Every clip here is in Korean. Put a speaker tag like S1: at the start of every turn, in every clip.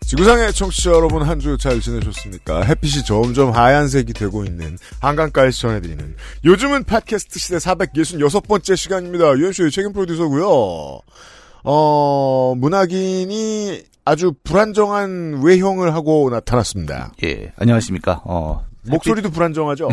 S1: 지구상의 청취자 여러분 한 주 잘 지내셨습니까? 햇빛이 점점 하얀색이 되고 있는 한강가에서 전해드리는 요즘은 팟캐스트 시대 466번째 시간입니다. 유현수의 책임 프로듀서고요. 어, 문학인이 아주 불안정한 외형을 하고 나타났습니다.
S2: 예, 안녕하십니까. 어,
S1: 목소리도 불안정하죠?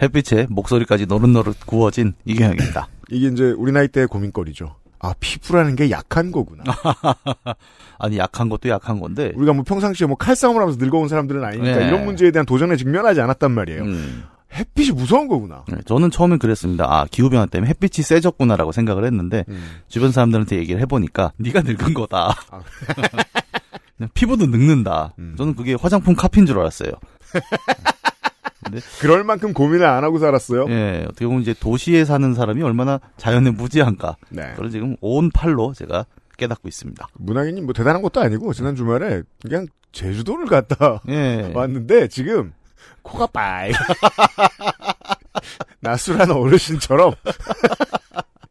S2: 햇빛, 에 목소리까지 노릇노릇 구워진 이경영입니다.
S1: 이게 이제 우리 나이 때의 고민거리죠. 아, 피부라는 게 약한 거구나.
S2: 아. 아니, 약한 것도 약한 건데.
S1: 우리가 뭐 평상시에 뭐 칼싸움을 하면서 늙어온 사람들은 아니니까
S2: 네.
S1: 이런 문제에 대한 도전에 직면하지 않았단 말이에요.
S2: 음,
S1: 햇빛이 무서운 거구나.
S2: 네, 저는 처음엔 그랬습니다. 아, 기후변화 때문에 햇빛이 세졌구나라고 생각을 했는데,
S1: 음.
S2: 주변 사람들한테 얘기를 해보니까, 네가 늙은 거다.
S3: 아,
S2: 그냥 피부도 늙는다.
S1: 음.
S2: 저는 그게 화장품 카피인 줄 알았어요.
S1: 그럴 만큼 고민을 안 하고 살았어요.
S2: 예, 어떻게 보면 이제 도시에 사는 사람이 얼마나 자연에 무지한가.
S1: 네.
S2: 그걸 지금 온 팔로 제가 깨닫고 있습니다.
S3: 아,
S1: 문학인님 뭐 대단한 것도 아니고 지난 주말에 그냥 제주도를 갔다
S2: 예.
S1: 왔는데 지금 코가 빨 나술한 어르신처럼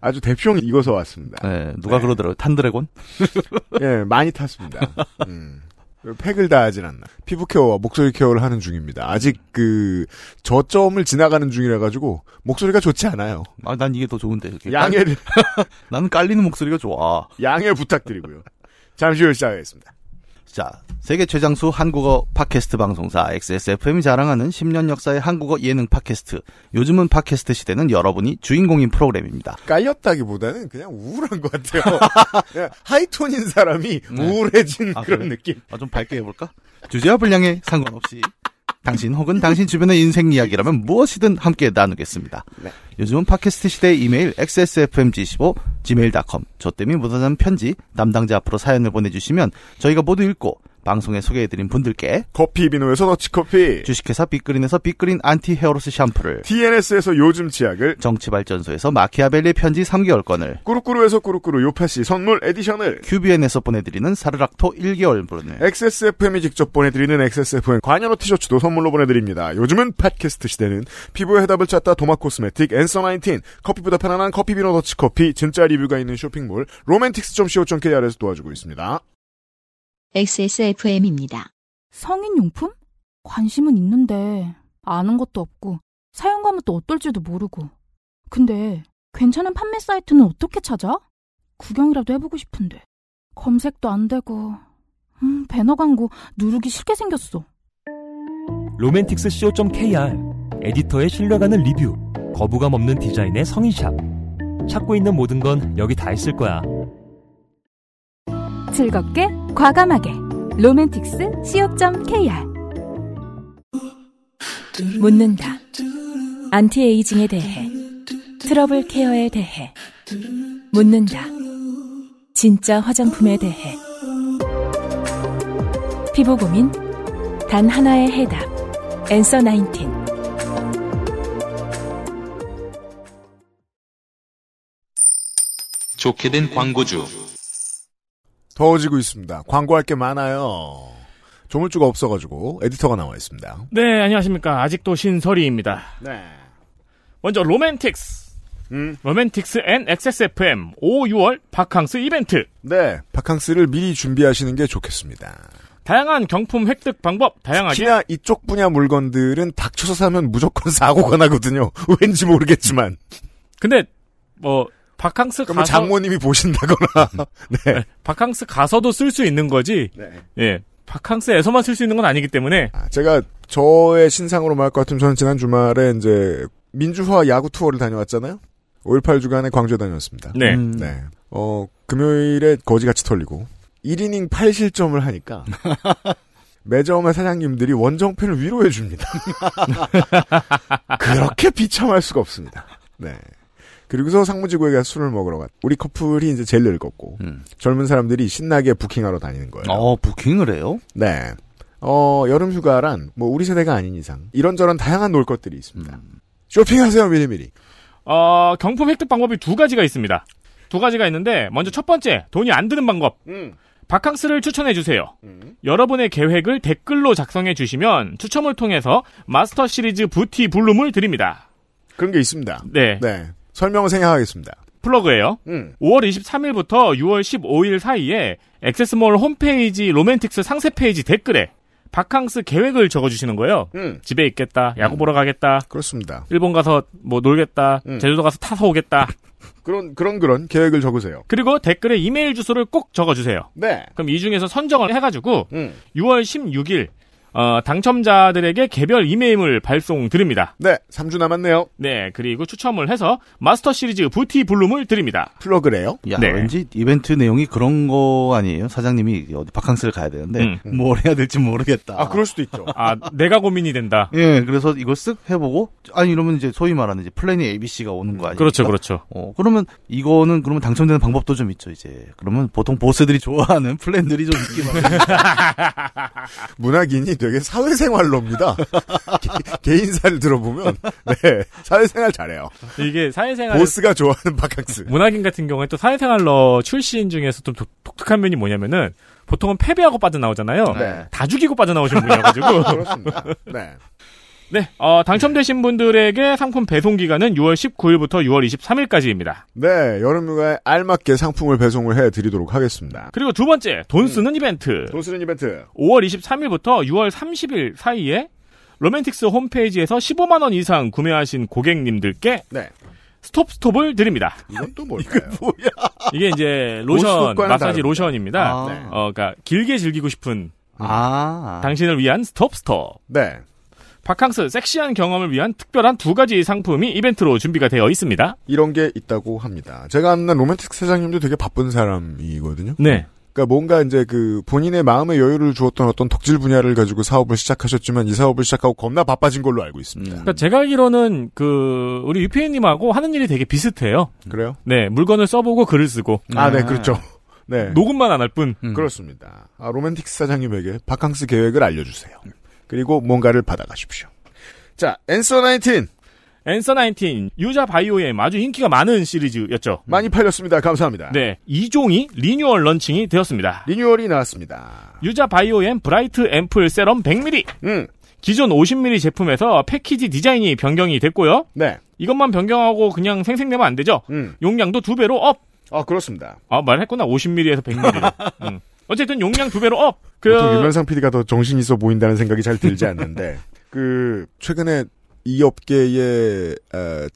S1: 아주 대표형 익어서 왔습니다.
S2: 예, 누가
S1: 네.
S2: 그러더라고요. 탄드래곤?
S1: 예, 많이 탔습니다. 음. 팩을 다 하진 않나. 피부 케어와 목소리 케어를 하는 중입니다. 아직 그 저점을 지나가는 중이라 가지고 목소리가 좋지 않아요.
S2: 아, 난 이게 더 좋은데. 이렇게 깔-
S1: 양해를
S2: 나는 깔리는 목소리가 좋아.
S1: 양해 부탁드리고요. 잠시 후에 시작하겠습니다.
S2: 자, 세계 최장수 한국어 팟캐스트 방송사 XSFM이 자랑하는 10년 역사의 한국어 예능 팟캐스트. 요즘은 팟캐스트 시대는 여러분이 주인공인 프로그램입니다.
S1: 깔렸다기보다는 그냥 우울한 것 같아요. 그냥 하이톤인 사람이
S2: 네.
S1: 우울해진
S2: 아,
S1: 그런
S2: 그래요?
S1: 느낌.
S2: 아, 좀 밝게 해볼까? 주제와 분량에 상관없이 당신 혹은 당신 주변의 인생 이야기라면 무엇이든 함께 나누겠습니다. 요즘은 팟캐스트 시대의 이메일 xsfmg15 gmail.com 저 때문에 못하는 편지 담당자 앞으로 사연을 보내주시면 저희가 모두 읽고 방송에 소개해드린 분들께
S1: 커피 비누에서 너치커피,
S2: 주식회사 빅그린에서 빅그린 안티 헤어로스 샴푸를
S1: TNS에서 요즘 치약을,
S2: 정치발전소에서 마키아벨리 편지 3개월권을
S1: 꾸루꾸루에서 꾸루꾸루 요파시 선물 에디션을,
S2: QBN에서 보내드리는 사르락토 1개월분을
S1: XSFM이 직접 보내드리는 XSFM 관여노 티셔츠도 선물로 보내드립니다. 요즘은 팟캐스트 시대는 피부의 해답을 찾다 도마 코스메틱 앤서 19 커피보다 편안한 커피 비누 더치커피 진짜 리뷰가 있는 쇼핑몰 로맨틱스.co.kr에서 도와주고 있습니다.
S4: XSFM입니다.
S5: 성인용품? 관심은 있는데 아는 것도 없고 사용감은 또 어떨지도 모르고 근데 괜찮은 판매 사이트는 어떻게 찾아? 구경이라도 해보고 싶은데 검색도 안 되고 음, 배너 광고 누르기 싫게 생겼어
S6: 로맨틱스 co.kr 에디터의 신뢰가는 리뷰 거부감 없는 디자인의 성인샵 찾고 있는 모든 건 여기 다 있을 거야
S5: 즐겁게 과감하게 로맨틱스 co.kr
S7: 묻는다. 안티에이징에 대해, 트러블 케어에 대해, 묻는다. 진짜 화장품에 대해. 피부 고민, 단 하나의 해답. 앤서 19.
S8: 좋게 된 광고주.
S1: 더워지고 있습니다. 광고할 게 많아요. 조물주가 없어가지고 에디터가 나와 있습니다.
S9: 네, 안녕하십니까. 아직도 신설이입니다.
S1: 네.
S9: 먼저 로맨틱스.
S1: 음.
S9: 로맨틱스 앤 XSFM 5, 6월 바캉스 이벤트.
S1: 네. 바캉스를 미리 준비하시는 게 좋겠습니다.
S9: 다양한 경품 획득 방법 다양하게
S1: 특히나 이쪽 분야 물건들은 닥쳐서 사면 무조건 사고가 나거든요. 왠지 모르겠지만.
S9: 근데 뭐 바캉스
S1: 그러면
S9: 가서
S1: 장모님이 보신다거나. 네.
S9: 바캉스 가서도 쓸 수 있는 거지. 예. 바캉스에서만 쓸 수 있는 건 아니기 때문에
S1: 아, 제가 저의 신상으로 말할 것 같으면 저는 지난 주말에 이제 민주화 야구 투어를 다녀왔잖아요. 5.18 주간에 광주에 다녀왔습니다.
S9: 네.
S2: 음,
S1: 네. 어, 금요일에 거지같이 털리고 1이닝 8실점을 하니까 매점의 사장님들이 원정팬을 위로해 줍니다. 그렇게 비참할 수가 없습니다. 네. 그리고서 상무지구에 가서 술을 먹으러 갔. 우리 커플이 이제 제일 늙었고
S2: 음.
S1: 어? 젊은 사람들이 신나게 부킹하러 다니는 거예요.
S2: 어 부킹을 해요?
S1: 네. 어, 여름 휴가란 뭐 우리 세대가 아닌 이상 이런저런 다양한 놀 것들이 있습니다. 쇼핑하세요 미리미리.
S9: 어, 경품 획득 방법이 두 가지가 있습니다. 두 가지가 있는데 먼저 첫 번째 돈이 안 드는 방법.
S1: 음.
S9: 바캉스를 추천해 주세요. 여러분의 계획을 댓글로 작성해 주시면 추첨을 통해서 마스터 시리즈 부티 블룸을 드립니다.
S1: 그런 게 있습니다.
S9: 네,
S1: 네. 설명을 생략하겠습니다.
S9: 플러그예요.
S1: 음.
S9: 5월 23일부터 6월 15일 사이에 액세스몰 홈페이지 로맨틱스 상세 페이지 댓글에 바캉스 계획을 적어주시는 거예요.
S1: 음.
S9: 집에 있겠다, 야구 보러 가겠다,
S1: 그렇습니다.
S9: 일본 가서 뭐 놀겠다,
S1: 음.
S9: 제주도 가서 타서 오겠다.
S1: 그런 그런 그런 계획을 적으세요.
S9: 그리고 댓글에 이메일 주소를 꼭 적어주세요.
S1: 네.
S9: 그럼 이 중에서 선정을 해가지고
S1: 음.
S9: 6월 16일 어, 당첨자들에게 개별 이메일을 발송 드립니다.
S1: 네. 3주 남았네요.
S9: 네, 그리고 추첨을 해서 마스터 시리즈 부티 블룸을 드립니다.
S1: 플러그래요.
S2: 야,
S9: 네.
S2: 왠지 이벤트 내용이 그런 거 아니에요? 사장님이 어디 바캉스를 가야 되는데
S9: 음.
S2: 뭘 해야 될지 모르겠다.
S1: 아, 그럴 수도 있죠.
S9: 아, 내가 고민이 된다.
S2: 예, 그래서 이걸 쓱 해보고 아니 이러면 이제 소위 말하는 이제 플랜이 ABC가 오는 거 아니에요?
S9: 그렇죠, 그렇죠.
S2: 어, 그러면 이거는 그러면 당첨되는 방법도 좀 있죠, 이제. 그러면 보통 보스들이 좋아하는 플랜들이 좀 있긴
S9: 음.
S2: 하죠.
S1: 문학인이 되게 사회생활로입니다. 개- 개인사를 들어보면 네. 사회생활 잘해요.
S9: 이게 사회생활
S1: 보스가 좋아하는 바캉스.
S9: 문학인 같은 경우에 또 사회생활러 출신 중에서 좀 독- 독특한 면이 뭐냐면은 보통은 패배하고 빠져나오잖아요.
S1: 네.
S9: 다 죽이고 빠져나오신 분이어가지고.
S1: 그렇습니다. 네.
S9: 네, 어, 당첨되신 분들에게 상품 배송 기간은 6월 19일부터 6월 23일까지입니다.
S1: 네, 여름휴가에 알맞게 상품을 배송을 해드리도록 하겠습니다.
S9: 그리고 두 번째, 돈 쓰는 이벤트.
S1: 돈 쓰는 이벤트.
S9: 5월 23일부터 6월 30일 사이에 로맨틱스 홈페이지에서 15만원 이상 구매하신 고객님들께
S1: 네.
S9: 스톱스톱을 드립니다.
S1: 이건 또 뭘까요?
S9: 이게 이제 로션,
S1: 로스톱과는
S9: 마사지
S1: 다릅니다.
S9: 로션입니다.
S2: 아.
S1: 네.
S9: 어, 그니까 길게 즐기고 싶은
S2: 아.
S9: 당신을 위한 스톱스톱.
S1: 네.
S9: 바캉스 섹시한 경험을 위한 특별한 두 가지 상품이 이벤트로 준비가 되어 있습니다.
S1: 이런 게 있다고 합니다. 제가 아는 로맨틱 사장님도 되게 바쁜 사람이거든요.
S9: 네.
S1: 그러니까 뭔가 이제 그 본인의 마음의 여유를 주었던 어떤 덕질 분야를 가지고 사업을 시작하셨지만 이 사업을 시작하고 겁나 바빠진 걸로 알고 있습니다.
S9: 그러니까 제가 알기로는 그 우리 유피님하고 하는 일이 되게 비슷해요.
S1: 그래요?
S9: 네, 물건을 써보고 글을 쓰고
S1: 아, 네, 그렇죠. 네.
S9: 음. 녹음만 안 할 뿐.
S2: 음.
S1: 그렇습니다. 아, 로맨틱 사장님에게 바캉스 계획을 알려주세요.
S9: 음.
S1: 그리고 뭔가를 받아가십시오. 자, 엔서 19
S9: 앤서 19 유자 바이오엠 아주 인기가 많은 시리즈였죠.
S1: 많이 팔렸습니다. 감사합니다.
S9: 음. 네, 2종이 리뉴얼 런칭이 되었습니다.
S1: 리뉴얼이 나왔습니다.
S9: 유자 바이오엠 브라이트 앰플 세럼 100ml
S1: 음,
S9: 기존 50ml 제품에서 패키지 디자인이 변경이 됐고요.
S1: 네,
S9: 이것만 변경하고 그냥 생생내면 안 되죠.
S1: 음,
S9: 용량도 두 배로 업.
S1: 아 그렇습니다.
S9: 아 말했구나 50ml에서 100ml. 음. 어쨌든 용량 두 배로 업.
S1: 보통
S9: 그
S1: 유면상 PD가 더 정신 있어 보인다는 생각이 잘 들지 않는데 그 최근에 이 업계의 어,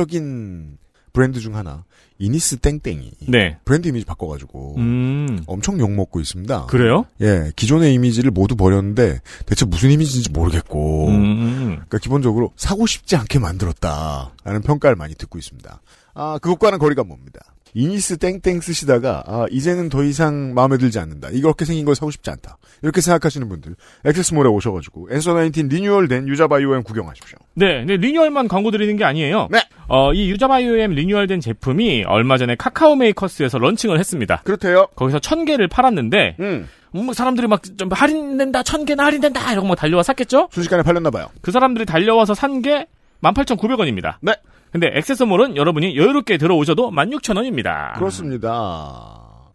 S1: 지배적인 브랜드 중 하나 이니스 땡땡이
S9: 네.
S1: 브랜드 이미지 바꿔가지고
S9: 음.
S1: 엄청 욕 먹고 있습니다.
S9: 그래요?
S1: 예, 기존의 이미지를 모두 버렸는데 대체 무슨 이미지인지 모르겠고.
S9: 음.
S1: 그러니까 기본적으로 사고 싶지 않게 만들었다라는 평가를 많이 듣고 있습니다. 아 그것과는 거리가 멉니다. 이니스 땡땡 쓰시다가 아 이제는 더 이상 마음에 들지 않는다. 이렇게 생긴 걸 사고 싶지 않다. 이렇게 생각하시는 분들 액세스몰에 오셔가지고 엔서 19 리뉴얼된 유자바이오엠 구경하십시오.
S9: 네, 네, 리뉴얼만 광고 드리는 게 아니에요.
S1: 네.
S9: 어, 이 유자바이오엠 리뉴얼된 제품이 얼마 전에 카카오 메이커스에서 런칭을 했습니다.
S1: 그렇대요.
S9: 거기서 천 개를 팔았는데,
S1: 음
S9: 음, 사람들이 막 좀 할인된다, 천 개나 할인된다, 이러고 막 달려와 샀겠죠?
S1: 순식간에 팔렸나 봐요.
S9: 그 사람들이 달려와서 산 게, 18,900원입니다.
S1: 네.
S9: 근데 액세서몰은 여러분이 여유롭게 들어오셔도 16,000원입니다.
S1: 그렇습니다.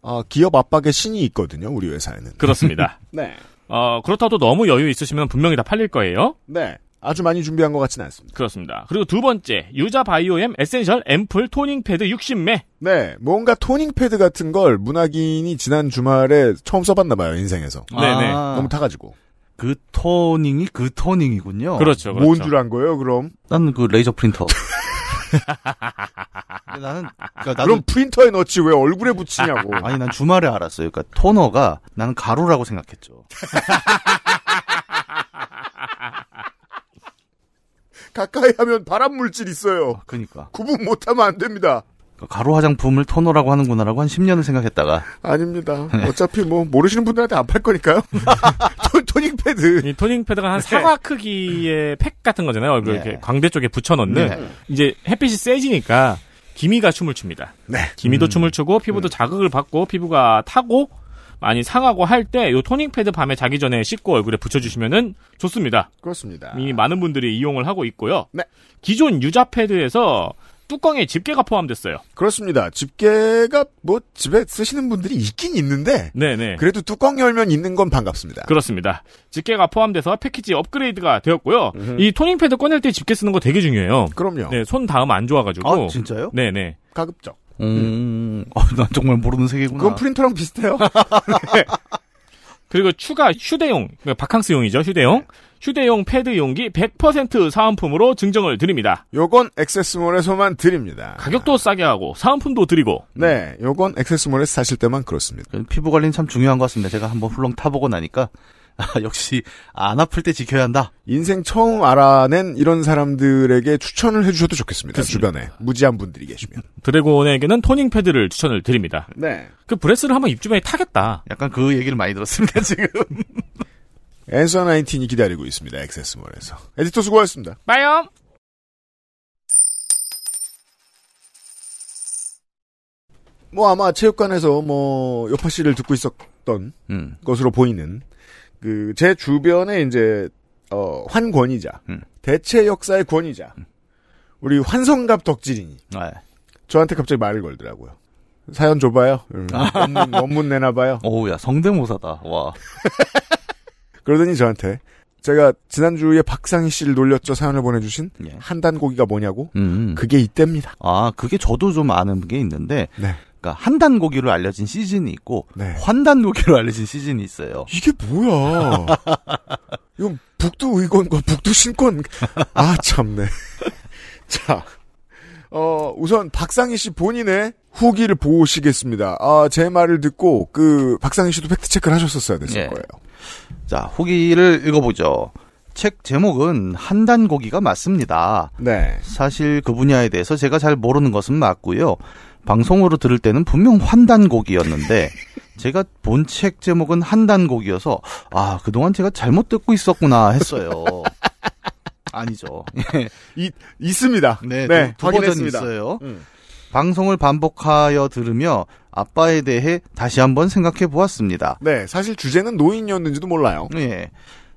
S1: 아 기업 압박의 신이 있거든요. 우리 회사에는.
S9: 그렇습니다.
S1: 네.
S9: 어, 그렇다고 너무 여유 있으시면 분명히 다 팔릴 거예요.
S1: 네. 아주 많이 준비한 것 같지는 않습니다.
S9: 그렇습니다. 그리고 두 번째, 유자바이오엠 에센셜 앰플 토닝 패드 60매.
S1: 네, 뭔가 토닝 패드 같은 걸 문학인이 지난 주말에 처음 써봤나 봐요 인생에서.
S9: 네네.
S2: 아,
S1: 너무 타가지고.
S2: 그 토닝이 그 토닝이군요.
S9: 그렇죠,
S1: 어,
S9: 그렇죠.
S1: 뭔 줄 안 거예요, 그럼?
S2: 나는 그 레이저 프린터. 근데 나는 그러니까 나도
S1: 그럼 프린터에 넣지 왜 얼굴에 붙이냐고.
S2: 아니 난 주말에 알았어요. 그러니까 토너가 나는 가루라고 생각했죠.
S1: 가까이 하면 발암 물질 있어요.
S2: 그러니까.
S1: 구분 못하면 안 됩니다.
S2: 그러니까 가루 화장품을 토너라고 하는구나라고 한 10년을 생각했다가
S1: 아닙니다.
S9: 네.
S1: 어차피 뭐 모르시는 분들한테 안 팔 거니까요. 토, 토닝 패드.
S9: 이 토닝 패드가 한
S1: 네.
S9: 사과 크기의 팩 같은 거잖아요. 얼굴 이렇게 광대 쪽에 붙여넣는
S1: 네.
S9: 이제 햇빛이 세지니까 기미가 춤을 춥니다.
S1: 네.
S9: 기미도 춤을 추고 피부도 자극을 받고 피부가 타고 많이 상하고 할 때 요 토닝 패드 밤에 자기 전에 씻고 얼굴에 붙여주시면은 좋습니다.
S1: 그렇습니다.
S9: 이미 많은 분들이 이용을 하고 있고요.
S1: 아. 네.
S9: 기존 유자 패드에서 뚜껑에 집게가 포함됐어요.
S1: 그렇습니다. 집게가 뭐 집에 쓰시는 분들이 있긴 있는데
S9: 네네.
S1: 그래도 뚜껑 열면 있는 건 반갑습니다.
S9: 그렇습니다. 집게가 포함돼서 패키지 업그레이드가 되었고요. 이 토닝 패드 꺼낼 때 집게 쓰는 거 되게 중요해요.
S1: 그럼요.
S9: 네, 손 다음 안 좋아가지고.
S2: 아, 진짜요?
S9: 네네.
S1: 가급적.
S2: 음, 어, 난 정말 모르는 세계구나.
S1: 그건 프린터랑 비슷해요.
S9: 그리고 추가 휴대용, 그러니까 바캉스용이죠, 휴대용. 휴대용 패드 용기 100% 사은품으로 증정을 드립니다.
S1: 요건 액세스몰에서만 드립니다.
S9: 가격도 싸게 하고, 사은품도 드리고.
S1: 네, 요건 액세스몰에서 사실 때만 그렇습니다.
S2: 그 피부 관리는 참 중요한 것 같습니다. 제가 한번 훌렁 타보고 나니까 아, 역시 안 아플 때 지켜야 한다.
S1: 인생 처음 알아낸 이런 사람들에게 추천을 해주셔도 좋겠습니다.
S9: 그렇습니다.
S1: 주변에 무지한 분들이 계시면.
S9: 드래곤에게는 토닝 패드를 추천을 드립니다.
S1: 네.
S9: 그 브레스를 한번 입주변에 타겠다.
S2: 약간 그 얘기를 많이 들었습니다 지금.
S1: 앤서 나인틴이 기다리고 있습니다. 액세스몰에서. 에디터 수고하셨습니다.
S9: 빠염!
S1: 뭐 아마 체육관에서 뭐 여파 씨를 듣고 있었던
S2: 음,
S1: 것으로 보이는 그 제 주변에 이제 어, 환 권위자
S2: 음.
S1: 대체 역사의 권위자
S9: 음.
S1: 우리 환성갑 덕질인이
S2: 아,
S1: 저한테 갑자기 말을 걸더라고요. 사연 줘봐요. 이러면서 원문, 원문 내놔봐요.
S2: 오우야 성대모사다. 와,
S1: 그러더니 저한테 제가 지난주에 박상희 씨를 놀렸죠 사연을 보내주신
S2: 예.
S1: 한단 고기가 뭐냐고
S2: 음,
S1: 그게 이때입니다.
S2: 아 그게 저도 좀 아는 게 있는데,
S1: 네.
S2: 그러니까 한단 고기로 알려진 시즌이 있고
S1: 네.
S2: 환단 고기로 알려진 시즌이 있어요.
S1: 이게 뭐야? 이건 북두 의건과 북두 신권. 아 참네. 자, 어 우선 박상희 씨 본인의 후기를 보시겠습니다. 아 제 말을 듣고 그 박상희 씨도 팩트 체크를 하셨었어야 됐을
S2: 예.
S1: 거예요.
S2: 자 후기를 읽어보죠. 책 제목은 한단 고기가 맞습니다.
S1: 네.
S2: 사실 그 분야에 대해서 제가 잘 모르는 것은 맞고요. 방송으로 들을 때는 분명 환단곡이었는데 제가 본 책 제목은 한단곡이어서 아 그동안 제가 잘못 듣고 있었구나 했어요. 아니죠. 예.
S1: 이 있습니다.
S2: 네,
S1: 네,
S2: 두, 두 버전
S1: 확인했습니다.
S2: 있어요.
S1: 음.
S2: 방송을 반복하여 들으며 아빠에 대해 다시 한번 생각해 보았습니다.
S1: 네, 사실 주제는 노인이었는지도 몰라요.
S2: 예.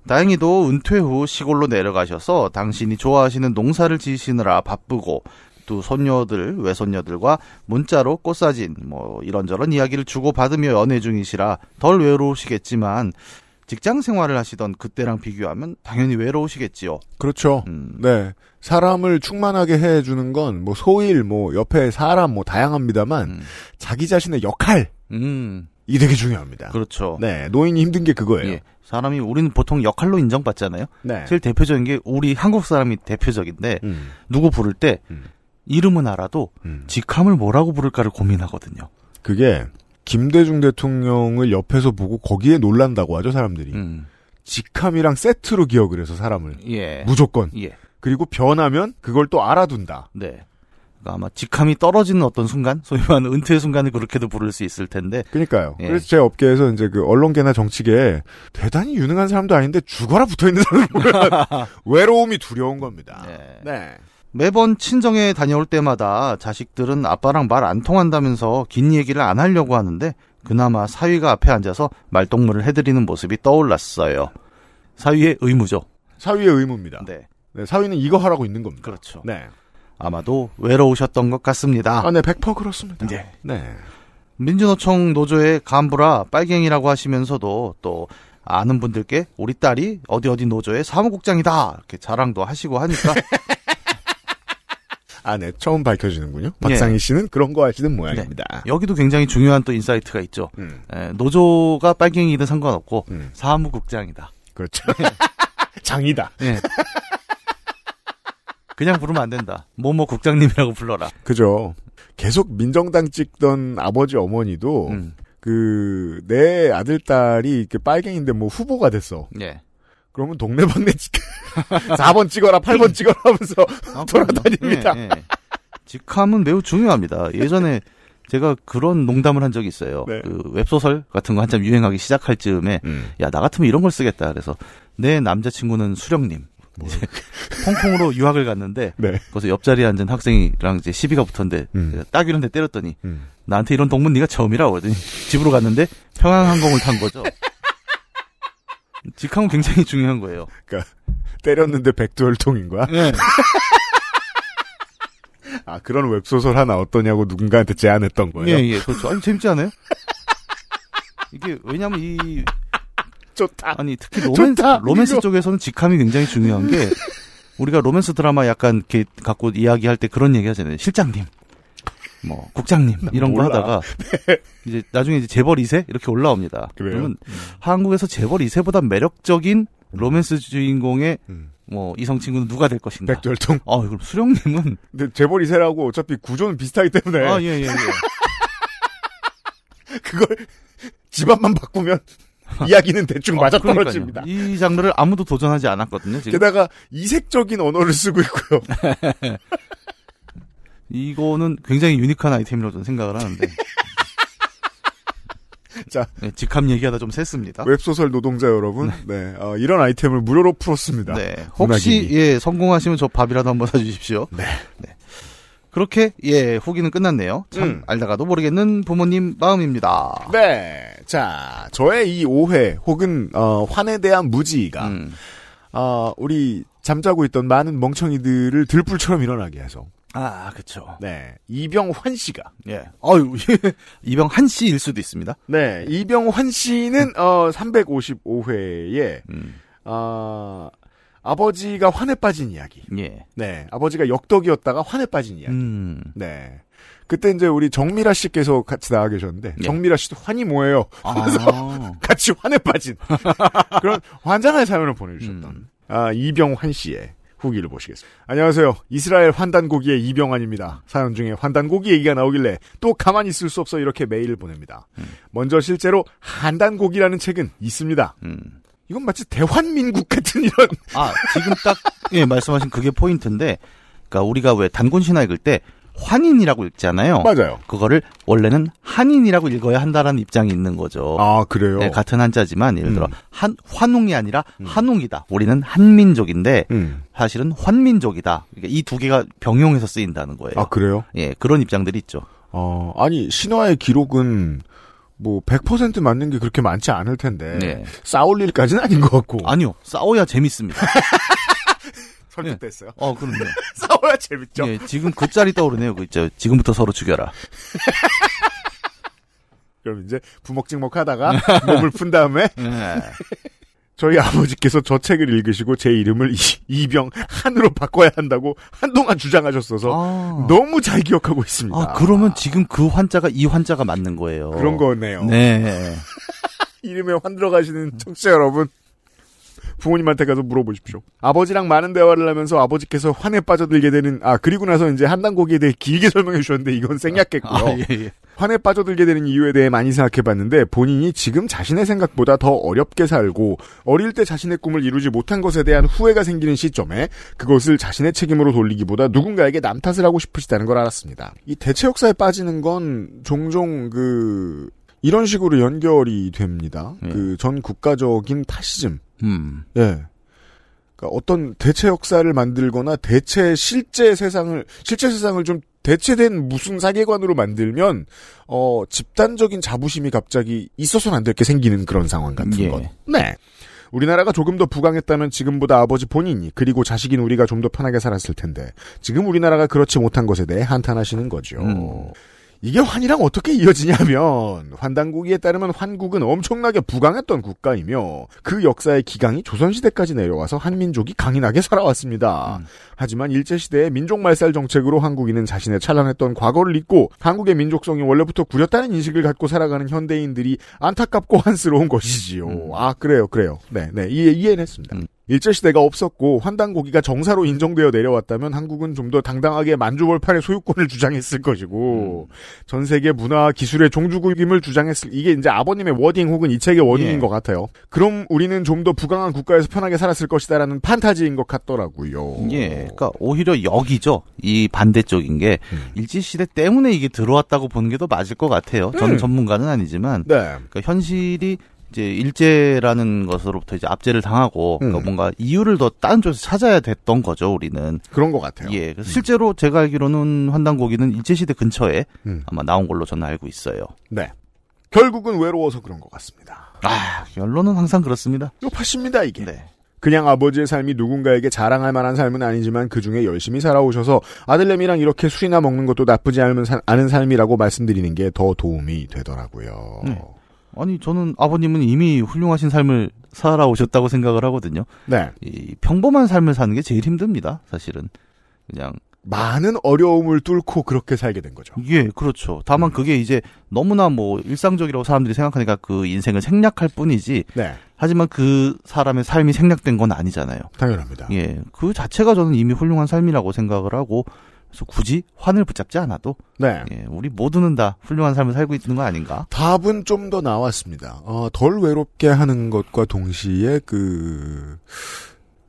S2: 다행히도 은퇴 후 시골로 내려가셔서 당신이 좋아하시는 농사를 지으시느라 바쁘고 또 손녀들, 외손녀들과 문자로 꽃사진 뭐 이런저런 이야기를 주고받으며 연애 중이시라 덜 외로우시겠지만 직장 생활을 하시던 그때랑 비교하면 당연히 외로우시겠지요.
S1: 그렇죠.
S2: 음.
S1: 네. 사람을 충만하게 해주는 건 뭐 소일, 뭐 옆에 사람, 뭐 다양합니다만
S2: 음.
S1: 자기 자신의 역할이
S2: 음,
S1: 되게 중요합니다.
S2: 그렇죠.
S1: 네, 노인이 힘든 게 그거예요.
S2: 예. 사람이 우리는 보통 역할로 인정받잖아요.
S1: 네.
S2: 제일 대표적인 게 우리 한국 사람이 대표적인데
S1: 음,
S2: 누구 부를 때
S1: 음.
S2: 이름은 알아도
S1: 음.
S2: 직함을 뭐라고 부를까를 고민하거든요.
S1: 그게 김대중 대통령을 옆에서 보고 거기에 놀란다고 하죠 사람들이.
S2: 음.
S1: 직함이랑 세트로 기억을 해서 사람을
S2: 예.
S1: 무조건.
S2: 예.
S1: 그리고 변하면 그걸 또 알아둔다.
S2: 네. 그러니까 아마 직함이 떨어지는 어떤 순간, 소위 말하는 은퇴 순간을 그렇게도 부를 수 있을 텐데,
S1: 그러니까요.
S2: 예.
S1: 그래서 제 업계에서 이제 그 언론계나 정치계에 대단히 유능한 사람도 아닌데 죽어라 붙어 있는 사람을 보면 외로움이 두려운 겁니다.
S2: 네.
S1: 네.
S2: 매번 친정에 다녀올 때마다 자식들은 아빠랑 말 안 통한다면서 긴 얘기를 안 하려고 하는데, 그나마 사위가 앞에 앉아서 말동무를 해드리는 모습이 떠올랐어요. 사위의 의무죠.
S1: 사위의 의무입니다. 네.
S2: 네.
S1: 사위는 이거 하라고 있는 겁니다.
S2: 그렇죠.
S1: 네.
S2: 아마도 외로우셨던 것 같습니다.
S1: 아, 네, 100% 그렇습니다.
S2: 네.
S1: 네.
S2: 민주노총 노조의 간부라 빨갱이라고 하시면서도 또 아는 분들께 우리 딸이 어디 어디 노조의 사무국장이다 이렇게 자랑도 하시고 하니까
S1: 아, 네. 처음 밝혀지는군요. 박상희 씨는 그런 거 하시는 모양입니다.
S2: 여기도 굉장히 중요한 또 인사이트가 있죠.
S1: 음,
S2: 에, 노조가 빨갱이든 상관없고
S1: 음.
S2: 사무국장이다.
S1: 그렇죠.
S2: 네.
S1: 장이다.
S2: 예. 그냥 부르면 안 된다. 뭐뭐 국장님이라고 불러라.
S1: 그죠. 계속 민정당 찍던 아버지 어머니도
S2: 음,
S1: 그 내 아들 딸이 이렇게 빨갱인데 뭐 후보가 됐어.
S2: 예.
S1: 그러면 동네방네 찍 4번 찍어라, 8번 찍어라 하면서
S2: 아,
S1: 돌아다닙니다.
S2: 예, 예. 직함은 매우 중요합니다. 예전에 제가 그런 농담을 한 적이 있어요.
S1: 네.
S2: 그 웹소설 같은 거 한참 유행하기 시작할 즈음에 야 나 같으면 이런 걸 쓰겠다. 그래서 내 남자친구는 수령님. 이제 홍콩으로 유학을 갔는데
S1: 네.
S2: 거기서 옆자리에 앉은 학생이랑 이제 시비가 붙었는데
S1: 음.
S2: 제가 딱 이런데 때렸더니
S1: 음.
S2: 나한테 이런 동문 네가 처음이라 그러더니 집으로 갔는데 평양항공을 탄 거죠. 직항은 굉장히 중요한 거예요.
S1: 때렸는데 백두혈통인 거야?
S2: 네.
S1: 아, 그런 웹소설 하나 어떠냐고 누군가한테 제안했던
S2: 예,
S1: 거예요?
S2: 예, 그렇죠. 아니, 재밌지 않아요? 이게, 왜냐면 이,
S1: 좋다.
S2: 아니, 특히 로맨스,
S1: 좋다,
S2: 로맨스
S1: 이거.
S2: 쪽에서는 직함이 굉장히 중요한 게, 우리가 로맨스 드라마 약간 이렇게 갖고 이야기할 때 그런 얘기 하잖아요. 실장님, 뭐, 국장님, 이런 거
S1: 몰라. 네.
S2: 하다가, 이제 나중에 이제 재벌 2세? 이렇게 올라옵니다.
S1: 그래요? 음.
S2: 면 한국에서 재벌 2세보다 매력적인 로맨스 주인공의
S1: 음.
S2: 뭐, 이성 친구는 누가 될 것인가.
S1: 백두혈통.
S2: 아, 그럼 수령님은,
S1: 근데 재벌 이세라고 어차피 구조는 비슷하기 때문에
S2: 아, 예, 예, 예.
S1: 그걸 집안만 바꾸면 이야기는 대충 맞아떨어집니다.
S2: 그러니까요. 이 장르를 아무도 도전하지 않았거든요. 지금
S1: 게다가 이색적인 언어를 쓰고 있고요.
S2: 아. 이거는 굉장히 유니크한 아이템이라고 저는 생각을 하는데.
S1: 자.
S2: 네, 직함 얘기하다 좀 셌습니다.
S1: 웹소설 노동자 여러분, 네, 어, 이런 아이템을 무료로 풀었습니다.
S2: 네. 혹시
S1: 문학인이.
S2: 예 성공하시면 저 밥이라도 한번 사주십시오. 네. 그렇게 예 후기는 끝났네요. 참
S1: 음.
S2: 알다가도 모르겠는 부모님 마음입니다.
S1: 네, 자, 저의 이 오해 혹은 어, 환에 대한 무지가
S2: 음,
S1: 아, 우리 잠자고 있던 많은 멍청이들을 들불처럼 일어나게 해서
S2: 아 그렇죠.
S1: 네 이병환 씨가
S2: 예. 아유 예. 이병 한 씨일 수도 있습니다.
S1: 네 이병환 씨는 어 355회에
S2: 음,
S1: 아 아버지가 환에 빠진 이야기
S2: 예.
S1: 네 아버지가 역덕이었다가 환에 빠진 이야기
S2: 음.
S1: 네 그때 이제 우리 정미라 씨께서 같이 나와 계셨는데
S2: 네.
S1: 정미라 씨도 환이 뭐예요
S2: 아.
S1: 같이 환에 빠진 그런 환장한 사연을 보내주셨던
S2: 음.
S1: 아, 이병환 씨의 후기를 보시겠습니다. 안녕하세요. 이스라엘 환단고기의 이병환입니다. 사연 중에 환단고기 얘기가 나오길래 또 가만히 있을 수 없어 이렇게 메일을 보냅니다. 먼저 실제로 한단고기라는 책은 있습니다.
S2: 음.
S1: 이건 마치 대환민국 같은 이런
S2: 아, 지금 딱, 예, 말씀하신 그게 포인트인데, 그니까 우리가 왜 단군신화 읽을 때, 환인이라고 읽잖아요.
S1: 맞아요.
S2: 그거를 원래는 한인이라고 읽어야 한다라는 입장이 있는 거죠.
S1: 아 그래요.
S2: 네, 같은 한자지만, 예를 들어,
S1: 음.
S2: 한, 환웅이 아니라 한웅이다. 우리는 한민족인데,
S1: 음.
S2: 사실은 환민족이다. 이 두 개가 병용해서 쓰인다는 거예요.
S1: 아 그래요.
S2: 예, 그런 입장들이 있죠.
S1: 어 아니 신화의 기록은 뭐 100% 맞는 게 그렇게 많지 않을 텐데
S2: 네.
S1: 싸울 일까지는 아닌 네. 것 같고
S2: 아니요, 싸워야 재밌습니다.
S1: 설득됐어요.
S2: 어, 그럼요.
S1: 싸워야 재밌죠.
S2: 예, 지금 그 짤이 떠오르네요. 그 있죠. 지금부터 서로 죽여라.
S1: 그럼 이제 부먹찍먹하다가 몸을 푼 다음에
S2: 예.
S1: 저희 아버지께서 저 책을 읽으시고 제 이름을 이- 이병 한으로 바꿔야 한다고 한동안 주장하셨어서
S2: 아.
S1: 너무 잘 기억하고 있습니다.
S2: 아, 그러면 지금 그 환자가 이 환자가 맞는 거예요.
S1: 그런 거네요.
S2: 네.
S1: 이름에 환 들어가시는 청취자 여러분. 부모님한테 가서 물어보십시오. 아버지랑 많은 대화를 하면서 아버지께서 환에 빠져들게 되는 아 그리고 나서 이제 한단고기에 대해 길게 설명해 주셨는데 이건 생략했고요.
S2: 아, 예, 예.
S1: 환에 빠져들게 되는 이유에 대해 많이 생각해봤는데 본인이 지금 자신의 생각보다 더 어렵게 살고 어릴 때 자신의 꿈을 이루지 못한 것에 대한 후회가 생기는 시점에 그것을 자신의 책임으로 돌리기보다 누군가에게 남 탓을 하고 싶으시다는 걸 알았습니다. 이 대체 역사에 빠지는 건 종종 그 이런 식으로 연결이 됩니다.
S2: 네.
S1: 그 전 국가적인 타시즘.
S2: 음.
S1: 예. 그러니까 어떤 대체 역사를 만들거나 대체 실제 세상을 실제 세상을 좀 대체된 무슨 세계관으로 만들면 어 집단적인 자부심이 갑자기 있어서는 안 될 게 생기는 그런 상황 같은
S2: 예.
S1: 것. 네. 우리나라가 조금 더 부강했다면 지금보다 아버지 본인이 그리고 자식인 우리가 좀 더 편하게 살았을 텐데 지금 우리나라가 그렇지 못한 것에 대해 한탄하시는 거죠.
S2: 음.
S1: 이게 환이랑 어떻게 이어지냐면 환단국기에 따르면 환국은 엄청나게 부강했던 국가이며 그 역사의 기강이 조선시대까지 내려와서 한민족이 강인하게 살아왔습니다. 하지만 일제시대의 민족말살 정책으로 한국인은 자신의 찬란했던 과거를 잊고 한국의 민족성이 원래부터 구렸다는 인식을 갖고 살아가는 현대인들이 안타깝고 한스러운 것이지요.
S2: 음.
S1: 아 그래요 그래요. 네네 이해, 이해는 했습니다.
S2: 음.
S1: 일제시대가 없었고 환단고기가 정사로 인정되어 내려왔다면 한국은 좀 더 당당하게 만주벌판의 소유권을 주장했을
S2: 음.
S1: 것이고 전 세계 문화와 기술의 종주국임을 주장했을 이게 이제 아버님의 워딩 혹은 이 책의 워딩인
S2: 예.
S1: 것 같아요. 그럼 우리는 좀 더 부강한 국가에서 편하게 살았을 것이다라는 판타지인 것 같더라고요.
S2: 예. 그러니까 오히려 여기죠. 이 반대쪽인 게
S1: 음.
S2: 일제 시대 때문에 이게 들어왔다고 보는 게 더 맞을 것 같아요. 저는
S1: 음.
S2: 전문가는 아니지만
S1: 네.
S2: 그러니까 현실이 이제 일제라는 것으로부터 이제 압제를 당하고 그러니까
S1: 음.
S2: 뭔가 이유를 더 다른 쪽에서 찾아야 됐던 거죠 우리는
S1: 그런 것 같아요. 음.
S2: 예 그래서 실제로 제가 알기로는 환단고기는 일제시대 근처에
S1: 음.
S2: 아마 나온 걸로 저는 알고 있어요
S1: 네. 결국은 외로워서 그런 것 같습니다.
S2: 아 결론은 항상 그렇습니다
S1: 요파십니다 이게.
S2: 네
S1: 그냥 아버지의 삶이 누군가에게 자랑할 만한 삶은 아니지만 그 중에 열심히 살아오셔서 아들내미랑 이렇게 술이나 먹는 것도 나쁘지 않은, 사- 않은 삶이라고 말씀드리는 게 더 도움이 되더라고요.
S2: 네. 아니 저는 아버님은 이미 훌륭하신 삶을 살아오셨다고 생각을 하거든요
S1: 네.
S2: 이 평범한 삶을 사는 게 제일 힘듭니다 사실은 그냥
S1: 많은 어려움을 뚫고 그렇게 살게 된 거죠.
S2: 예, 그렇죠. 다만 그게 이제 너무나 뭐 일상적이라고 사람들이 생각하니까 그 인생을 생략할 뿐이지.
S1: 네.
S2: 하지만 그 사람의 삶이 생략된 건 아니잖아요.
S1: 당연합니다.
S2: 예, 그 자체가 저는 이미 훌륭한 삶이라고 생각을 하고. 그래서 굳이 환을 붙잡지 않아도
S1: 네.
S2: 예, 우리 모두는 다 훌륭한 삶을 살고 있는 거 아닌가?
S1: 답은 좀 더 나왔습니다. 어, 덜 외롭게 하는 것과 동시에 그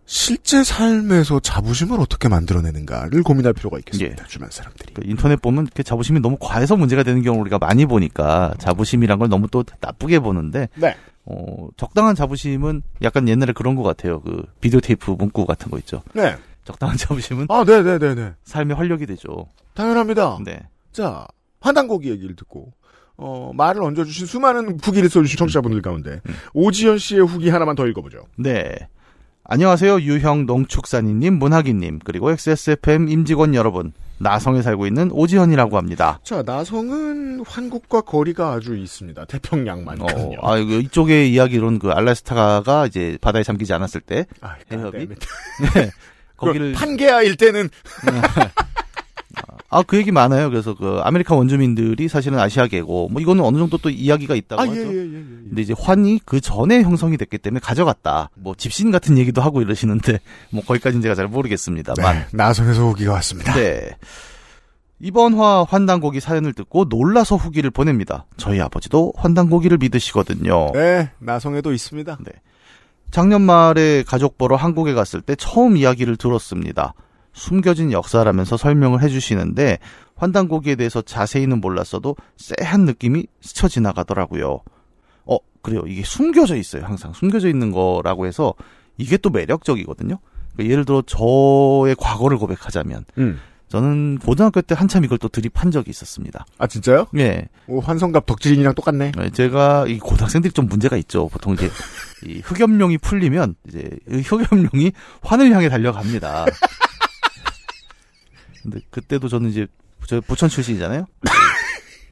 S1: 실제 삶에서 자부심을 어떻게 만들어내는가를 고민할 필요가 있겠습니다. 주변 사람들이.
S2: 그 인터넷 보면 이렇게 자부심이 너무 과해서 문제가 되는 경우 우리가 많이 보니까 자부심이란 걸 너무 또 나쁘게 보는데
S1: 네.
S2: 어, 적당한 자부심은 약간 옛날에 그런 것 같아요. 그 비디오 테이프 문구 같은 거 있죠.
S1: 네.
S2: 적당한 자부심은
S1: 아, 네, 네, 네, 네.
S2: 삶의 활력이 되죠.
S1: 당연합니다.
S2: 네.
S1: 자, 한단고기 얘기를 듣고, 어, 말을 얹어주신 수많은 후기를 써주신 청취자분들 가운데,
S2: 음.
S1: 오지연 씨의 후기 하나만 더 읽어보죠.
S2: 네. 안녕하세요. 유형 농축산인님, 문학인님, 그리고 XSFM 임직원 여러분. 나성에 살고 있는 오지현이라고 합니다.
S1: 자, 나성은 한국과 거리가 아주 있습니다. 태평양만큼요.
S2: 어, 아, 이거 이쪽의 이야기로는 그 알래스카가 이제 바다에 잠기지 않았을 때
S1: 아,
S2: 해협이?
S1: 그
S2: 거기를
S1: 판게아일 때는,
S2: 아 그 얘기 많아요. 그래서 그 아메리카 원주민들이 사실은 아시아계고 뭐 이거는 어느 정도 또 이야기가 있다고
S1: 아, 예,
S2: 하죠.
S1: 예, 예, 예.
S2: 근데 이제 환이 그 전에 형성이 됐기 때문에 가져갔다. 뭐 집신 같은 얘기도 하고 이러시는데 뭐 거기까지는 제가 잘 모르겠습니다만
S1: 네, 나성에서 후기가 왔습니다.
S2: 네. 이번 화 환단고기 사연을 듣고 놀라서 후기를 보냅니다. 저희 아버지도 환단고기를 믿으시거든요.
S1: 네, 나성에도 있습니다.
S2: 작년 말에 가족 보러 한국에 갔을 때 처음 이야기를 들었습니다. 숨겨진 역사라면서 설명을 해주시는데 환단고기에 대해서 자세히는 몰랐어도 쎄한 느낌이 스쳐 지나가더라고요. 어 그래요 이게 숨겨져 있어요 항상 숨겨져 있는 거라고 해서 이게 또 매력적이거든요. 그러니까 예를 들어 저의 과거를 고백하자면
S1: 음.
S2: 저는 고등학교 때 한참 이걸 또 드립한 적이 있었습니다.
S1: 아, 진짜요?
S2: 예.
S1: 오, 환성갑 덕질인이랑 똑같네.
S2: 제가 이 고등학생들이 좀 문제가 있죠. 보통 이제 이 흑염룡이 풀리면 이제 이 흑염룡이 환을 향해 달려갑니다. 근데 그때도 저는 이제 저 부천 출신이잖아요. 네,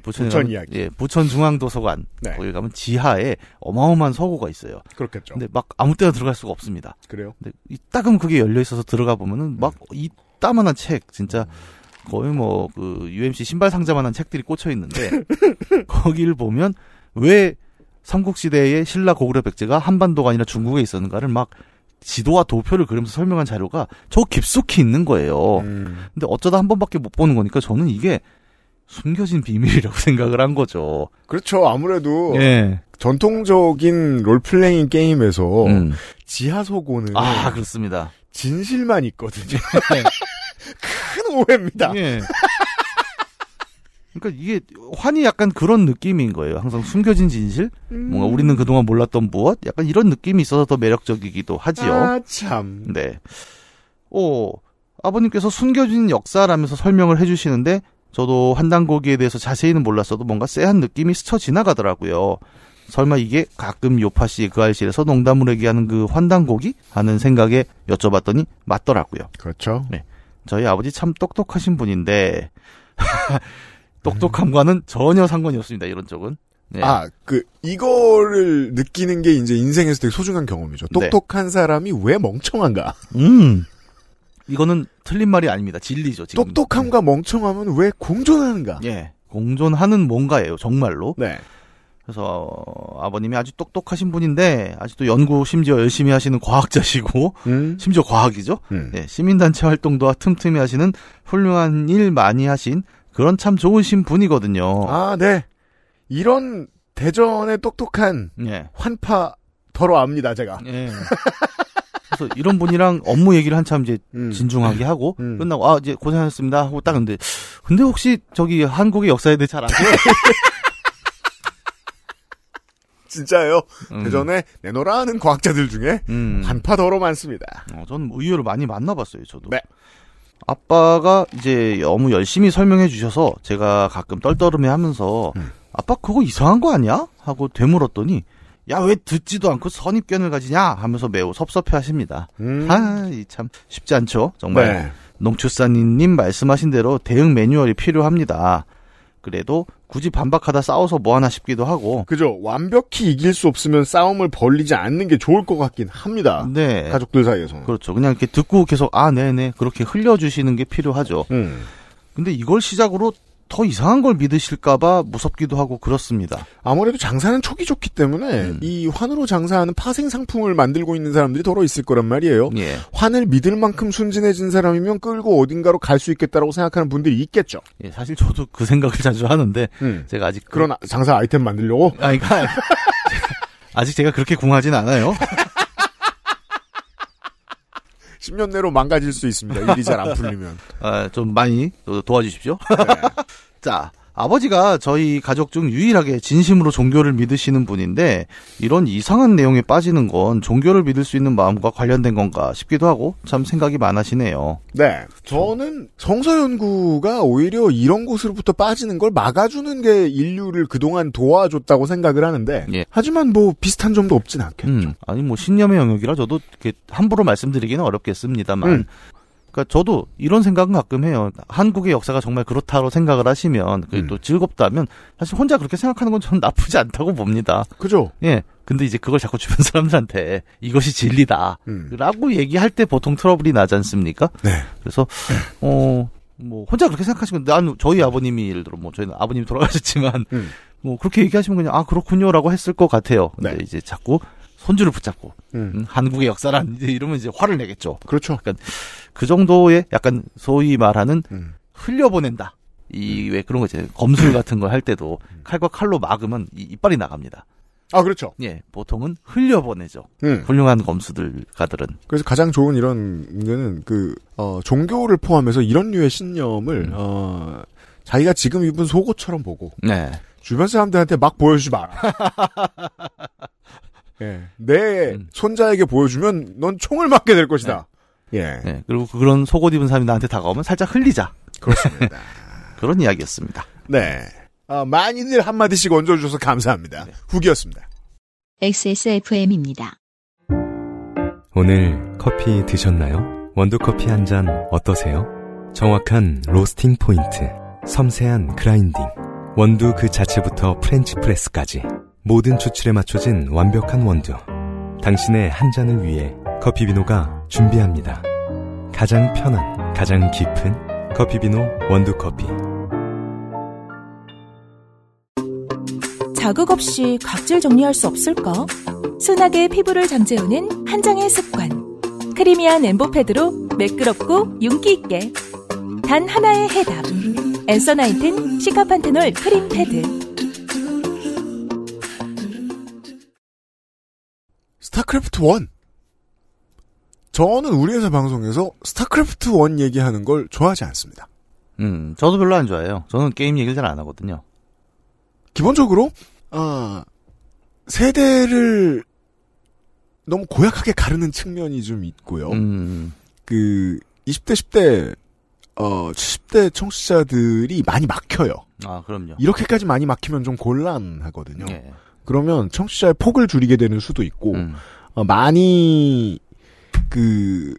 S2: 부천에
S1: 부천
S2: 가면-
S1: 이야기.
S2: 예, 부천 중앙도서관.
S1: 네.
S2: 거기 가면 지하에 어마어마한 서고가 있어요.
S1: 그렇겠죠.
S2: 근데 막 아무 때나 들어갈 수가 없습니다.
S1: 그래요?
S2: 근데 이 따금 그게 열려 있어서 들어가 보면은 막 이따만한 책 진짜 거의 뭐 그 UMC 신발 상자만한 책들이 꽂혀 있는데 거기를 보면 왜 삼국시대의 신라 고구려 백제가 한반도가 아니라 중국에 있었는가를 막 지도와 도표를 그리면서 설명한 자료가 저 깊숙이 있는 거예요.
S1: 음.
S2: 근데 어쩌다 한 번밖에 못 보는 거니까 저는 이게 숨겨진 비밀이라고 생각을 한 거죠.
S1: 그렇죠. 아무래도
S2: 예.
S1: 전통적인 롤플레잉 게임에서
S2: 음.
S1: 지하소고는
S2: 아 그렇습니다.
S1: 진실만 있거든요.
S2: 네.
S1: 큰 오해입니다.
S2: 예. 그러니까 이게 환이 약간 그런 느낌인 거예요. 항상 숨겨진 진실,
S1: 음.
S2: 뭔가 우리는 그동안 몰랐던 무엇, 약간 이런 느낌이 있어서 더 매력적이기도 하지요.
S1: 아, 참.
S2: 네. 오, 아버님께서 숨겨진 역사라면서 설명을 해주시는데 저도 한단고기에 대해서 자세히는 몰랐어도 뭔가 쎄한 느낌이 스쳐 지나가더라고요. 설마 이게 가끔 요파 씨 그 알실에서 농담으로 얘기하는 그 환단고기 하는 생각에 여쭤봤더니 맞더라고요.
S1: 그렇죠.
S2: 저희 아버지 참 똑똑하신 분인데 똑똑함과는 전혀 상관이 없습니다. 이런 쪽은. 네.
S1: 아, 그, 이거를 느끼는 게 이제 인생에서 되게 소중한 경험이죠.
S2: 네.
S1: 똑똑한 사람이 왜 멍청한가?
S2: 음. 이거는 틀린 말이 아닙니다. 진리죠. 지금. 네.
S1: 똑똑함과 멍청함은 왜 공존하는가?
S2: 예. 공존하는 뭔가예요. 정말로.
S1: 네.
S2: 그래서 어, 아버님이 아주 똑똑하신 분인데 아직도 연구 심지어 열심히 하시는 과학자시고
S1: 음.
S2: 심지어 과학이죠.
S1: 음.
S2: 예, 시민단체 활동도 틈틈이 하시는 훌륭한 일 많이 하신 그런 참 좋으신 분이거든요.
S1: 아, 네. 이런 대전의 똑똑한
S2: 예.
S1: 환파 더러 압니다, 제가.
S2: 예. 그래서 이런 분이랑 업무 얘기를 한참 이제
S1: 음.
S2: 진중하게 하고
S1: 음.
S2: 끝나고 아 이제 고생하셨습니다 하고 딱 근데 근데 혹시 저기 한국의 역사에 대해 잘 아세요?
S1: 진짜예요.
S2: 음.
S1: 대전에 내놓으라는 과학자들 중에
S2: 음.
S1: 한파더러 많습니다.
S2: 어, 저는 뭐 의외로 많이 만나봤어요, 저도.
S1: 네.
S2: 아빠가 이제 너무 열심히 설명해 주셔서 제가 가끔 떨떠름해 하면서
S1: 음.
S2: 아빠 그거 이상한 거 아니야? 하고 되물었더니 야 왜 듣지도 않고 선입견을 가지냐 하면서 매우 섭섭해 하십니다.
S1: 음.
S2: 아, 이 참 쉽지 않죠. 정말
S1: 네.
S2: 농축산인님 말씀하신 대로 대응 매뉴얼이 필요합니다. 그래도 굳이 반박하다 싸워서 뭐 하나 싶기도 하고.
S1: 그죠? 완벽히 이길 수 없으면 싸움을 벌리지 않는 게 좋을 것 같긴 합니다.
S2: 네.
S1: 가족들 사이에서는.
S2: 그렇죠. 그냥 이렇게 듣고 계속 아, 네, 네. 그렇게 흘려 주시는 게 필요하죠.
S1: 음.
S2: 근데 이걸 시작으로 더 이상한 걸 믿으실까봐 무섭기도 하고 그렇습니다.
S1: 아무래도 장사는 촉이 좋기 때문에
S2: 음.
S1: 이 환으로 장사하는 파생 상품을 만들고 있는 사람들이 더러 있을 거란 말이에요.
S2: 예.
S1: 환을 믿을 만큼 순진해진 사람이면 끌고 어딘가로 갈 수 있겠다라고 생각하는 분들이 있겠죠.
S2: 예, 사실 저도 그 생각을 자주 하는데
S1: 음.
S2: 제가 아직 그-
S1: 그런 아- 장사 아이템 만들려고
S2: 아니 그러니까 제가- 아직 제가 그렇게 궁하진 않아요.
S1: 10년 내로 망가질 수 있습니다. 일이 잘 안 풀리면.
S2: 아, 좀 많이 도- 도와주십시오.
S1: 네.
S2: 자, 아버지가 저희 가족 중 유일하게 진심으로 종교를 믿으시는 분인데 이런 이상한 내용에 빠지는 건 종교를 믿을 수 있는 마음과 관련된 건가 싶기도 하고 참 생각이 많으시네요.
S1: 네. 저는 성서 연구가 오히려 이런 곳으로부터 빠지는 걸 막아주는 게 인류를 그동안 도와줬다고 생각을 하는데
S2: 예.
S1: 하지만 뭐 비슷한 점도 없진 않겠죠.
S2: 음, 아니 뭐 신념의 영역이라 저도 이렇게 함부로 말씀드리기는 어렵겠습니다만.
S1: 음.
S2: 그러니까 저도 이런 생각은 가끔 해요. 한국의 역사가 정말 그렇다로 생각을 하시면 그게
S1: 음.
S2: 또 즐겁다면 사실 혼자 그렇게 생각하는 건 저는 나쁘지 않다고 봅니다.
S1: 그죠?
S2: 예. 근데 이제 그걸 자꾸 주변 사람들한테 이것이 진리다.
S1: 음.
S2: 라고 얘기할 때 보통 트러블이 나지 않습니까?
S1: 네.
S2: 그래서 어 뭐 혼자 그렇게 생각하시면 난 저희 아버님이 예를 들어 뭐 저희는 아버님이 돌아가셨지만
S1: 음.
S2: 뭐 그렇게 얘기하시면 그냥 아 그렇군요라고 했을 것 같아요. 근데
S1: 네.
S2: 이제 자꾸 손주를 붙잡고
S1: 음.
S2: 음, 한국의 역사란 이제 이러면 이제 화를 내겠죠.
S1: 그렇죠.
S2: 그 정도의 약간 소위 말하는
S1: 음.
S2: 흘려보낸다. 이 왜 그런 거 이제 검술 같은 걸 할 때도 칼과 칼로 막으면 이 이빨이 나갑니다.
S1: 아, 그렇죠.
S2: 예, 보통은 흘려보내죠.
S1: 음.
S2: 훌륭한 검수들 가들은
S1: 그래서 가장 좋은 이런 거는 그, 어, 종교를 포함해서 이런 류의
S2: 음.
S1: 신념을, 어, 자기가 지금 입은 속옷처럼 보고
S2: 네,
S1: 주변 사람들한테 막 보여주지 마라. 예. 내
S2: 음.
S1: 손자에게 보여주면 넌 총을 맞게 될 것이다. 예.
S2: 예, 그리고 그런 속옷 입은 사람이 나한테 다가오면 살짝 흘리자
S1: 그렇습니다.
S2: 그런 이야기였습니다.
S1: 네. 아, 많이들 한마디씩 얹어주셔서 감사합니다.
S2: 네.
S1: 후기였습니다.
S4: XSFM입니다.
S6: 오늘 커피 드셨나요? 원두커피 한 잔 어떠세요? 정확한 로스팅 포인트, 섬세한 그라인딩, 원두 그 자체부터 프렌치 프레스까지 모든 추출에 맞춰진 완벽한 원두. 당신의 한 잔을 위해 커피비노가 준비합니다. 가장 편한, 가장 깊은 커피비노 원두커피.
S7: 자극 없이 각질 정리할 수 없을까? 순하게 피부를 잠재우는 한 장의 습관. 크리미한 엠보패드로 매끄럽고 윤기 있게. 단 하나의 해답. 엔서 나인틴 시카판테놀 크림 패드.
S1: 스타크래프트 1. 저는 우리 회사 방송에서 스타크래프트 1 얘기하는 걸 좋아하지 않습니다.
S2: 음, 저도 별로 안 좋아해요. 저는 게임 얘기를 잘 안 하거든요.
S1: 기본적으로, 아, 세대를 너무 고약하게 가르는 측면이 좀 있고요.
S2: 음,
S1: 그 20대 10대 어 70대 청취자들이 많이 막혀요.
S2: 아 그럼요.
S1: 이렇게까지 많이 막히면 좀 곤란하거든요.
S2: 예,
S1: 그러면 청취자의 폭을 줄이게 되는 수도 있고
S2: 음,
S1: 어, 많이 그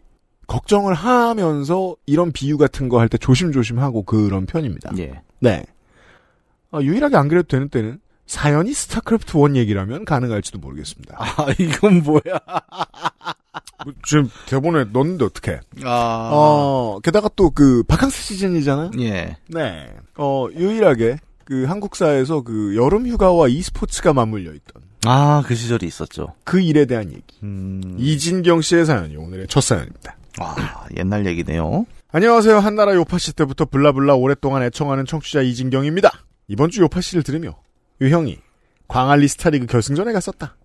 S1: 걱정을 하면서 이런 비유 같은 거 할 때 조심조심하고 그런 편입니다.
S2: 예,
S1: 네. 어, 유일하게 안 그래도 되는 때는 사연이 스타크래프트 1 얘기라면 가능할지도 모르겠습니다.
S2: 아 이건 뭐야?
S1: 지금 대본에 넣었는데 어떡해.
S2: 아,
S1: 어, 게다가 또 그 바캉스 시즌이잖아요.
S2: 예,
S1: 네. 어, 유일하게 그 한국사에서 그 여름 휴가와 e스포츠가 맞물려 있던
S2: 아 그 시절이 있었죠.
S1: 그 일에 대한 얘기.
S2: 음,
S1: 이진경 씨의 사연이 오늘의 첫 사연입니다.
S2: 아 옛날 얘기네요.
S1: 안녕하세요. 한나라 요파씨 때부터 블라블라 오랫동안 애청하는 청취자 이진경입니다. 이번 주 요파씨를 들으며 유형이 광안리 스타리그 결승전에 갔었다.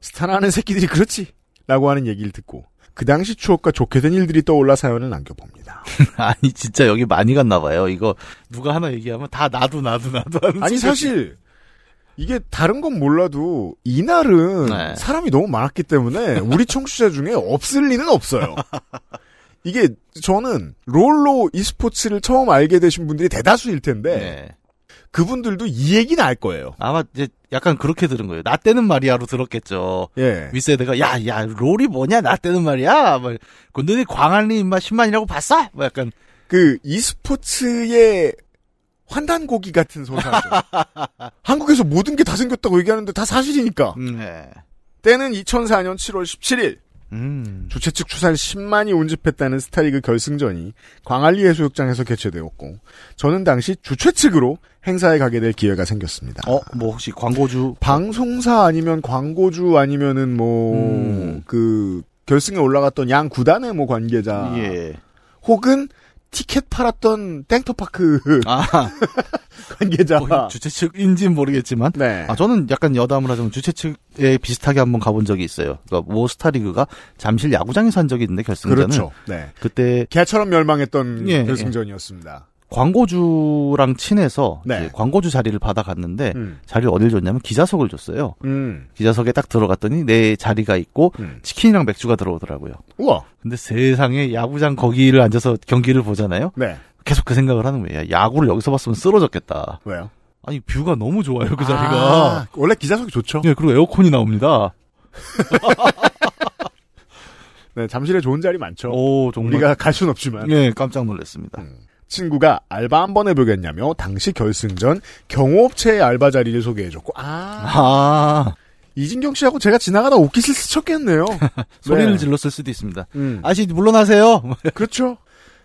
S1: 스타라는 새끼들이 그렇지. 라고 하는 얘기를 듣고 그 당시 추억과 좋게 된 일들이 떠올라 사연을 남겨봅니다.
S2: 아니 진짜 여기 많이 갔나 봐요. 이거 누가 하나 얘기하면 다 나도 나도 나도 하는
S1: 아니
S2: 소리.
S1: 사실 이게 다른 건 몰라도 이날은
S2: 네.
S1: 사람이 너무 많았기 때문에 우리 청취자 중에 없을 리는 없어요. 이게 저는 롤로 e스포츠를 처음 알게 되신 분들이 대다수일 텐데
S2: 네.
S1: 그분들도 이 얘기는 알 거예요.
S2: 아마 이제 약간 그렇게 들은 거예요. 나 때는 말이야로 들었겠죠.
S1: 예.
S2: 윗세대가 야, 야, 롤이 뭐냐? 나 때는 말이야. 막 군더니 광안리 인마 10만이라고 봤어? 뭐 약간
S1: 그 e스포츠의 환단고기 같은 소사죠. 한국에서 모든 게 다 생겼다고 얘기하는데 다 사실이니까.
S2: 음, 네.
S1: 때는 2004년 7월 17일
S2: 음.
S1: 주최 측 추산 10만이 운집했다는 스타리그 결승전이 광안리 해수욕장에서 개최되었고 저는 당시 주최 측으로 행사에 가게 될 기회가 생겼습니다.
S2: 어, 뭐 혹시 광고주
S1: 방송사 아니면 광고주 아니면은 뭐
S2: 음.
S1: 그 결승에 올라갔던 양 구단의 뭐 관계자
S2: 예.
S1: 혹은 티켓 팔았던 땡터파크
S2: 아,
S1: 관계자
S2: 거의 주최 측인지는 모르겠지만
S1: 네.
S2: 아, 저는 약간 여담을 하자면 주최 측에 비슷하게 한번 가본 적이 있어요. 그러니까 모스타리그가 잠실 야구장에서 한 적이 있는데 결승전을
S1: 그렇죠. 네.
S2: 그때
S1: 개처럼 멸망했던 그
S2: 예,
S1: 결승전이었습니다.
S2: 광고주랑 친해서
S1: 네.
S2: 이제 광고주 자리를 받아갔는데
S1: 음.
S2: 자리를 어딜 줬냐면 기자석을 줬어요.
S1: 음.
S2: 기자석에 딱 들어갔더니 내 자리가 있고
S1: 음.
S2: 치킨이랑 맥주가 들어오더라고요.
S1: 우와.
S2: 근데 세상에 야구장 거기를 앉아서 경기를 보잖아요.
S1: 네.
S2: 계속 그 생각을 하는 거예요. 야, 야구를 여기서 봤으면 쓰러졌겠다.
S1: 왜요?
S2: 아니 뷰가 너무 좋아요 그 자리가.
S1: 아, 원래 기자석이 좋죠.
S2: 예, 그리고 에어컨이 나옵니다.
S1: 네, 잠실에 좋은 자리 많죠.
S2: 오 정말.
S1: 우리가 음. 갈 순 없지만
S2: 예, 깜짝 놀랐습니다.
S1: 친구가 알바 한 번 해보겠냐며 당시 결승전 경호업체의 알바 자리를 소개해줬고 아
S2: 아
S1: 이진경 씨하고 제가 지나가다 옷깃을 스쳤겠네요.
S2: 소리를
S1: 네.
S2: 질렀을 수도 있습니다.
S1: 음,
S2: 아씨 물러나세요.
S1: 그렇죠.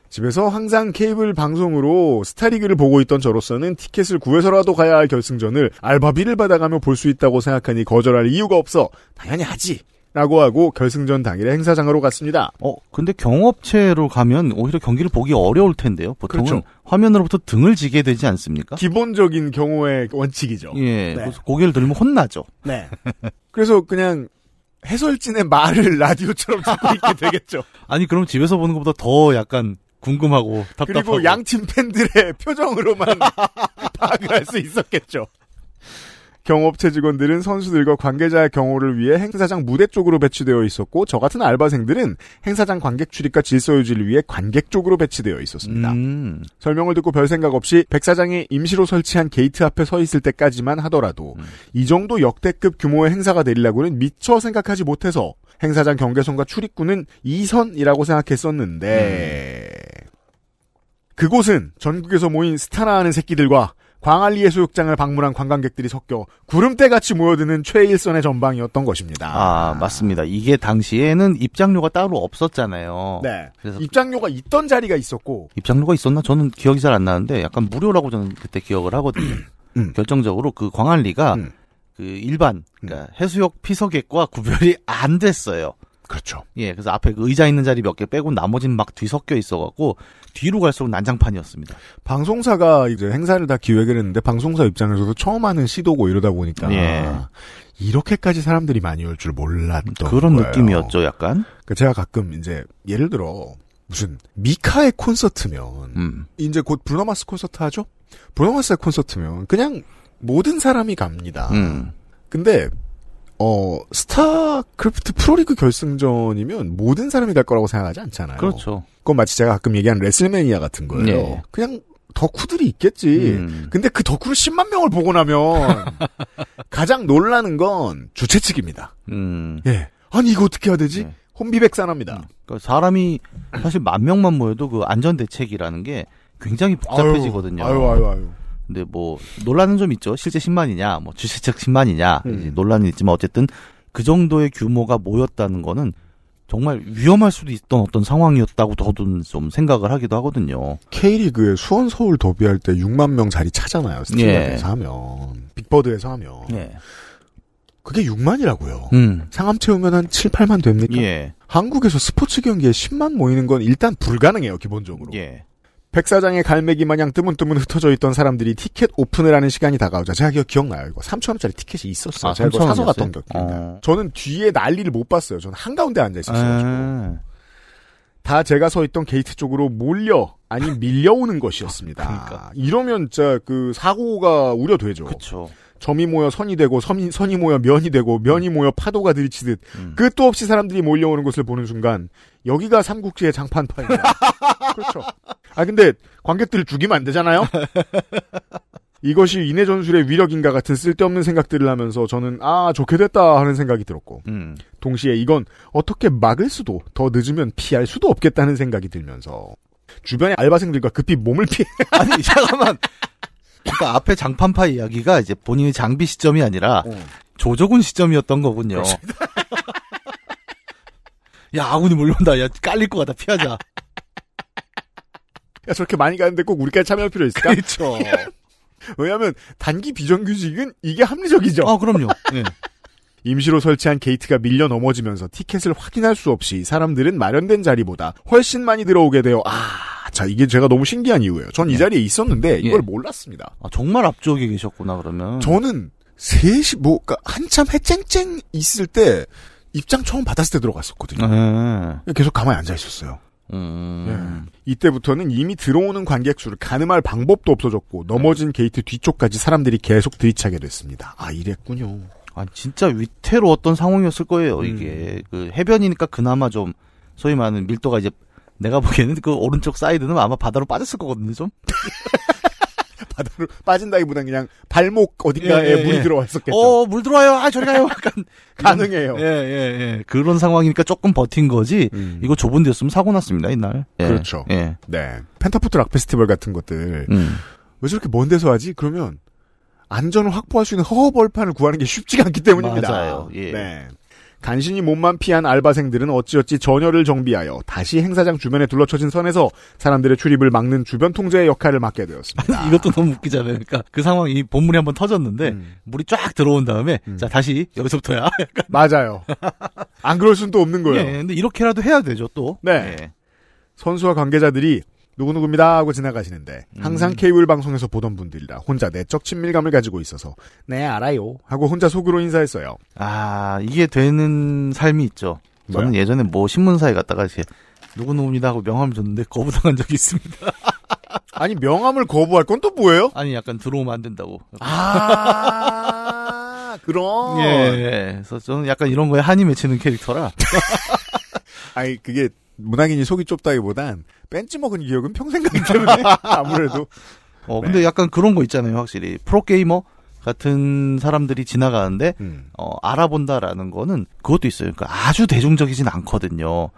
S1: 집에서 항상 케이블 방송으로 스타리그를 보고 있던 저로서는 티켓을 구해서라도 가야 할 결승전을 알바비를 받아가며 볼 수 있다고 생각하니 거절할 이유가 없어 당연히 하지. 라고 하고 결승전 당일에 행사장으로 갔습니다.
S2: 어 근데 경업체로 가면 오히려 경기를 보기 어려울 텐데요. 보통은
S1: 그렇죠.
S2: 화면으로부터 등을 지게 되지 않습니까?
S1: 기본적인 경우의 원칙이죠.
S2: 예,
S1: 네.
S2: 그래서 고개를 들면 혼나죠.
S1: 네. 그래서 그냥 해설진의 말을 라디오처럼 듣고 있게 되겠죠.
S2: 아니 그럼 집에서 보는 것보다 더 약간 궁금하고 답답하고.
S1: 그리고 양팀 팬들의 표정으로만 파악을 할 수 있었겠죠. 경업체 직원들은 선수들과 관계자의 경호를 위해 행사장 무대 쪽으로 배치되어 있었고 저 같은 알바생들은 행사장 관객 출입과 질서 유지를 위해 관객 쪽으로 배치되어 있었습니다.
S2: 음,
S1: 설명을 듣고 별 생각 없이 백 사장이 임시로 설치한 게이트 앞에 서 있을 때까지만 하더라도
S2: 음.
S1: 이 정도 역대급 규모의 행사가 되리라고는 미처 생각하지 못해서 행사장 경계선과 출입구는 2선이라고 생각했었는데
S2: 음.
S1: 그곳은 전국에서 모인 스타나 하는 새끼들과 광안리 해수욕장을 방문한 관광객들이 섞여 구름대같이 모여드는 최일선의 전방이었던 것입니다.
S2: 아 맞습니다. 이게 당시에는 입장료가 따로 없었잖아요.
S1: 네.
S2: 그래서
S1: 입장료가 있던 자리가 있었고
S2: 입장료가 있었나? 저는 기억이 잘 안 나는데 약간 무료라고 저는 그때 기억을 하거든요.
S1: 음.
S2: 결정적으로 그 광안리가
S1: 음.
S2: 그 일반 그러니까 해수욕 피서객과 구별이 안 됐어요.
S1: 그렇죠.
S2: 예, 그래서 앞에 그 의자 있는 자리 몇 개 빼고 나머지는 막 뒤섞여 있어갖고 뒤로 갈수록 난장판이었습니다.
S1: 방송사가 이제 행사를 다 기획을 했는데 방송사 입장에서도 처음 하는 시도고 이러다 보니까
S2: 예.
S1: 이렇게까지 사람들이 많이 올 줄 몰랐던
S2: 그런
S1: 거예요.
S2: 느낌이었죠, 약간.
S1: 그 제가 가끔 이제 예를 들어 무슨 미카의 콘서트면
S2: 음,
S1: 이제 곧 브루노마스 콘서트 하죠? 브루노마스의 콘서트면 그냥 모든 사람이 갑니다.
S2: 음.
S1: 근데 어 스타크래프트 프로리그 결승전이면 모든 사람이 갈 거라고 생각하지 않잖아요.
S2: 그렇죠.
S1: 그건 마치 제가 가끔 얘기한 레슬매니아 같은 거예요.
S2: 예.
S1: 그냥 덕후들이 있겠지.
S2: 음.
S1: 근데 그 덕후를 10만 명을 보고 나면 가장 놀라는 건 주최 측입니다.
S2: 음.
S1: 예. 아니 이거 어떻게 해야 되지?
S2: 네.
S1: 혼비백산합니다.
S2: 그러니까 사람이 사실 만 명만 모여도 그 안전 대책이라는 게 굉장히 복잡해지거든요.
S1: 아유 아유 아유.
S2: 근데 뭐 논란은 좀 있죠. 실제 10만이냐, 뭐 주최측 10만이냐
S1: 음.
S2: 이제 논란은 있지만 어쨌든 그 정도의 규모가 모였다는 거는 정말 위험할 수도 있던 어떤 상황이었다고 저도 좀 생각을 하기도 하거든요.
S1: K리그에 수원 서울 더비할 때 6만 명 자리 차잖아요. 스틸러에서
S2: 예.
S1: 하면 빅버드에서 하면
S2: 예.
S1: 그게 6만이라고요.
S2: 음.
S1: 상암 채우면 한 7, 8만 됩니까?
S2: 예.
S1: 한국에서 스포츠 경기에 10만 모이는 건 일단 불가능해요, 기본적으로.
S2: 예.
S1: 백사장의 갈매기 마냥 뜨문뜨문 흩어져 있던 사람들이 티켓 오픈을 하는 시간이 다가오자 제가 기억, 기억나요 이거 3천원짜리 티켓이 있었어요
S2: 아,
S1: 제가 이거
S2: 3,000원
S1: 사서 갔던
S2: 이었어요?
S1: 기억이 나요
S2: 어.
S1: 저는 뒤에 난리를 못 봤어요 저는 한가운데 앉아있었어요
S2: 아,
S1: 다 제가 서 있던 게이트 쪽으로 몰려 아니 밀려오는 것이었습니다
S2: 그러니까.
S1: 이러면 진짜 그 사고가 우려되죠
S2: 그렇죠.
S1: 점이 모여 선이 되고 섬이, 선이 모여 면이 되고 면이 모여 파도가 들이치듯 끝도 없이 사람들이 몰려오는 것을 보는 순간 여기가 삼국지의 장판판이다. 그렇죠. 아 근데 관객들을 죽이면 안 되잖아요. 이것이 인해 전술의 위력인가 같은 쓸데없는 생각들을 하면서 저는 아 좋게 됐다 하는 생각이 들었고
S2: 음.
S1: 동시에 이건 어떻게 막을 수도 더 늦으면 피할 수도 없겠다는 생각이 들면서 주변의 알바생들과 급히 몸을 피해
S2: 아니 잠깐만. 그러니까 앞에 장판파 이야기가 이제 본인의 장비 시점이 아니라
S1: 어.
S2: 조조군 시점이었던 거군요. 야 아군이 몰려온다. 야 깔릴 것 같다. 피하자.
S1: 야, 저렇게 많이 가는데 꼭 우리까지 참여할 필요 있을까? 그렇죠. 왜냐하면 단기 비정규직은 이게 합리적이죠.
S2: 아 그럼요. 예.
S1: 임시로 설치한 게이트가 밀려 넘어지면서 티켓을 확인할 수 없이 사람들은 마련된 자리보다 훨씬 많이 들어오게 되어 아, 자 이게 제가 너무 신기한 이유예요. 음. 전 이 자리에 있었는데 이걸
S2: 예.
S1: 몰랐습니다.
S2: 아, 정말 앞쪽에 계셨구나 그러면.
S1: 저는 셋이 뭐 그러니까 한참 해쨍쨍 있을 때 입장 처음 받았을 때 들어갔었거든요.
S2: 예.
S1: 계속 가만히 앉아 있었어요.
S2: 음.
S1: 네. 이때부터는 이미 들어오는 관객 수를 가늠할 방법도 없어졌고 넘어진
S2: 네.
S1: 게이트 뒤쪽까지 사람들이 계속 들이차게 됐습니다. 아 이랬군요.
S2: 아 진짜 위태로웠던 상황이었을
S1: 음.
S2: 거예요. 이게 그 해변이니까 그나마 좀 소위 말하는 밀도가 이제 내가 보기에는 그 오른쪽 사이드는 아마 바다로 빠졌을 거거든요. 좀.
S1: 바다로 빠진다기보단 그냥 발목 어딘가에
S2: 예, 예,
S1: 물이
S2: 예.
S1: 들어와 있었겠죠.
S2: 어, 물 들어와요. 아, 저리 가요. 약간
S1: 가능해요.
S2: 예, 예, 예. 그런 상황이니까 조금 버틴 거지.
S1: 음.
S2: 이거 좁은 데였으면 사고 났습니다, 이날. 예.
S1: 그렇죠.
S2: 예.
S1: 네 펜타포트 락 페스티벌 같은 것들
S2: 음.
S1: 왜 저렇게 먼 데서 하지? 그러면 안전을 확보할 수 있는 허허벌판을 구하는 게 쉽지가 않기 때문입니다.
S2: 맞아요. 예.
S1: 네. 간신히 몸만 피한 알바생들은 어찌어찌 전열을 정비하여 다시 행사장 주변에 둘러쳐진 선에서 사람들의 출입을 막는 주변 통제의 역할을 맡게 되었습니다.
S2: 음. 이것도 너무 웃기잖아요. 그러니까 그 상황이 본물이 한번 터졌는데
S1: 음.
S2: 물이 쫙 들어온 다음에 자 다시 여기서부터야.
S1: 그러니까 맞아요. 안 그럴 수는 또 없는 거예요.
S2: 예, 근데 이렇게라도 해야 되죠 또.
S1: 네.
S2: 예.
S1: 선수와 관계자들이 누구누구입니다 하고 지나가시는데 항상 케이블 방송에서 보던 분들이라 혼자 내적 친밀감을 가지고 있어서 네 알아요 하고 혼자 속으로 인사했어요.
S2: 아 이게 되는 삶이 있죠. 저는 예전에 뭐 신문사에 갔다가 이렇게 누구 누구입니다 하고 명함을 줬는데 거부당한 적이 있습니다.
S1: 아니 명함을 거부할 건 또 뭐예요?
S2: 아니 약간 들어오면 안 된다고.
S1: 아 그럼
S2: 예, 예. 그래서 저는 약간 이런 거에 한이 맺히는 캐릭터라.
S1: 아니 그게 문학인이 속이 좁다기보단 뺀지 먹은 기억은 평생 가기 때문에 아무래도 네.
S2: 어, 근데 약간 그런 거 있잖아요, 확실히. 프로게이머 같은 사람들이 지나가는데,
S1: 음.
S2: 어, 알아본다라는 거는 그것도 있어요. 그러니까 아주 대중적이진 않거든요.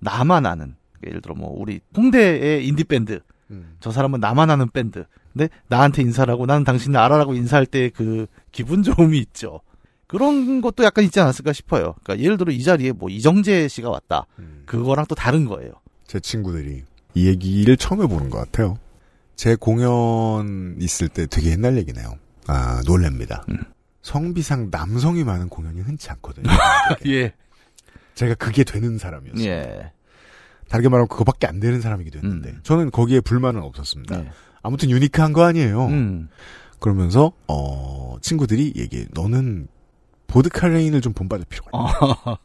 S2: 나만 아는. 예를 들어 뭐, 우리 홍대의 인디밴드.
S1: 음.
S2: 저 사람은 나만 아는 밴드. 근데 나한테 인사를 하고 나는 당신을 알아라고 인사할 때 그 기분 좋음이 있죠. 그런 것도 약간 있지 않았을까 싶어요. 그러니까 예를 들어 이 자리에 뭐 이정재 씨가 왔다.
S1: 음.
S2: 그거랑 또 다른 거예요.
S1: 제 친구들이 이 얘기를 처음 해보는 것 같아요. 제 공연 있을 때 되게 옛날 얘기네요. 아, 놀랍니다.
S2: 음.
S1: 성비상 남성이 많은 공연이 흔치 않거든요.
S2: 예.
S1: 제가 그게 되는 사람이었어요.
S2: 예.
S1: 다르게 말하면 그거밖에 안 되는 사람이기도 했는데
S2: 음.
S1: 저는 거기에 불만은 없었습니다.
S2: 네.
S1: 아무튼 유니크한 거 아니에요.
S2: 음.
S1: 그러면서 어, 친구들이 얘기해. 너는 보드칼레인을 좀 본받을 필요가
S2: 어.
S1: 있다.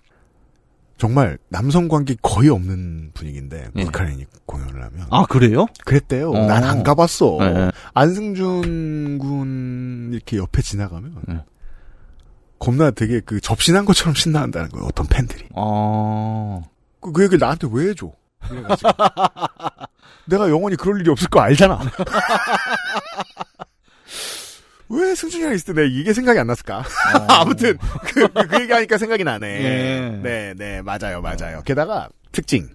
S1: 정말 남성 관계 거의 없는 분위기인데
S2: 예.
S1: 보드칼레인이 공연을 하면
S2: 아, 그래요?
S1: 그랬대요.
S2: 어.
S1: 난 안 가봤어.
S2: 예.
S1: 안승준 군 이렇게 옆에 지나가면
S2: 네.
S1: 겁나 되게 그 접신한 것처럼 신나한다는 거예요. 어떤 팬들이
S2: 어.
S1: 그, 그 얘기를 나한테 왜 해줘? 이래가지고. 내가 영원히 그럴 일이 없을 거 알잖아. 왜 승준이랑 있을 때 내가 이게 생각이 안 났을까? 아무튼 그, 그, 그 얘기하니까 생각이 나네.
S2: 예.
S1: 네, 네, 맞아요, 맞아요. 게다가 특징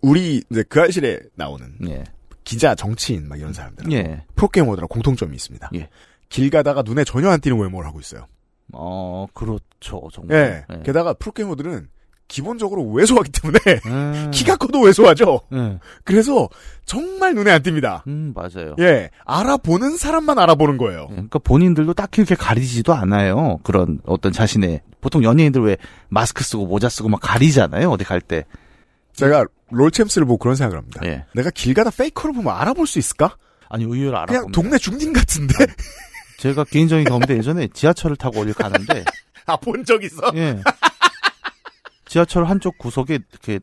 S1: 우리 이제 그 알실에 나오는
S2: 예.
S1: 기자, 정치인 막 이런 사람들
S2: 예.
S1: 프로게이머들하고 공통점이 있습니다.
S2: 예.
S1: 길 가다가 눈에 전혀 안 띄는 외모를 하고 있어요.
S2: 어, 그렇죠.
S1: 예.
S2: 정말.
S1: 게다가 프로게이머들은 기본적으로 왜소하기 때문에
S2: 음.
S1: 키가 커도 왜소하죠.
S2: 예.
S1: 그래서 정말 눈에 안 띕니다.
S2: 음, 맞아요.
S1: 예. 알아보는 사람만 알아보는 거예요.
S2: 예, 그러니까 본인들도 딱히 이렇게 가리지도 않아요. 그런 어떤 자신의 보통 연예인들 왜 마스크 쓰고 모자 쓰고 막 가리잖아요. 어디 갈 때.
S1: 제가 롤챔스를 보고 그런 생각을 합니다.
S2: 예.
S1: 내가 길 가다 페이커를 보면 알아볼 수 있을까?
S2: 아니 의외로 알아.
S1: 그냥 동네 중딩 같은데?
S2: 음. 제가 개인적인 경험인데 예전에 지하철을 타고 어디 가는데
S1: 아, 본 적 있어?
S2: 예. 지하철 한쪽 네 구석에 이렇게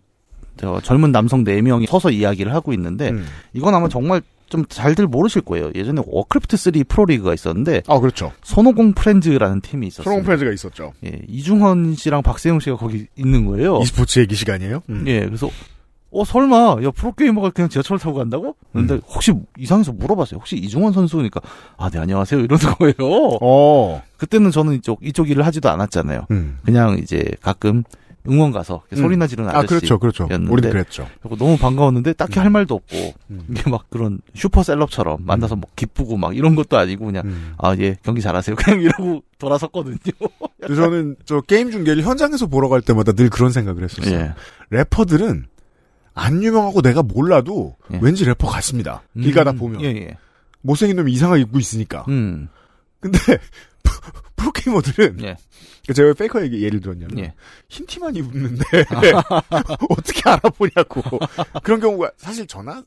S2: 저 젊은 남성 4명이 서서 이야기를 하고 있는데
S1: 음.
S2: 이건 아마 정말 좀 잘들 모르실 거예요. 예전에 워크래프트 3 프로리그가 있었는데
S1: 아, 그렇죠.
S2: 손오공 프렌즈라는 팀이 있었어요.
S1: 소롱 프렌즈가 있었죠.
S2: 예, 이중헌 씨랑 박세영 씨가 거기 있는 거예요.
S1: e스포츠 얘기 시간이에요? 음.
S2: 어. 예, 그래서 어 설마 야 프로게이머가 그냥 지하철 타고 간다고?
S1: 음.
S2: 근데 혹시 이상해서 물어봤어요. 혹시 이중헌 선수니까 아, 네 안녕하세요 이러는 거예요.
S1: 어.
S2: 그때는 저는 이쪽 이쪽 일을 하지도 않았잖아요.
S1: 음.
S2: 그냥 이제 가끔 응원 가서 이렇게
S1: 음.
S2: 소리나 지르는
S1: 아,
S2: 아저씨.
S1: 그렇죠, 그렇죠.
S2: 였는데. 네.
S1: 우리는 그랬죠.
S2: 그리고 너무 반가웠는데 딱히 할 말도 없고
S1: 음.
S2: 이게 막 그런 슈퍼셀럽처럼 만나서 뭐 기쁘고 막 이런 것도 아니고 그냥
S1: 음.
S2: 아 예 경기 잘하세요 그냥 이러고 돌아섰거든요.
S1: 근데 저는 저 게임 중계를 현장에서 보러 갈 때마다 늘 그런 생각을 했었어요.
S2: 예.
S1: 래퍼들은 안 유명하고 내가 몰라도
S2: 예.
S1: 왠지 래퍼 같습니다. 길 가다 음. 보면
S2: 예, 예.
S1: 못생긴 놈이 이상하게 입고 있으니까.
S2: 음.
S1: 근데 프로게이머들은 그러니까
S2: 예.
S1: 제가 왜 페이커 얘기 예를 들었냐면
S2: 예.
S1: 흰 티만 입는데 어떻게 알아보냐고 그런 경우가 사실 저나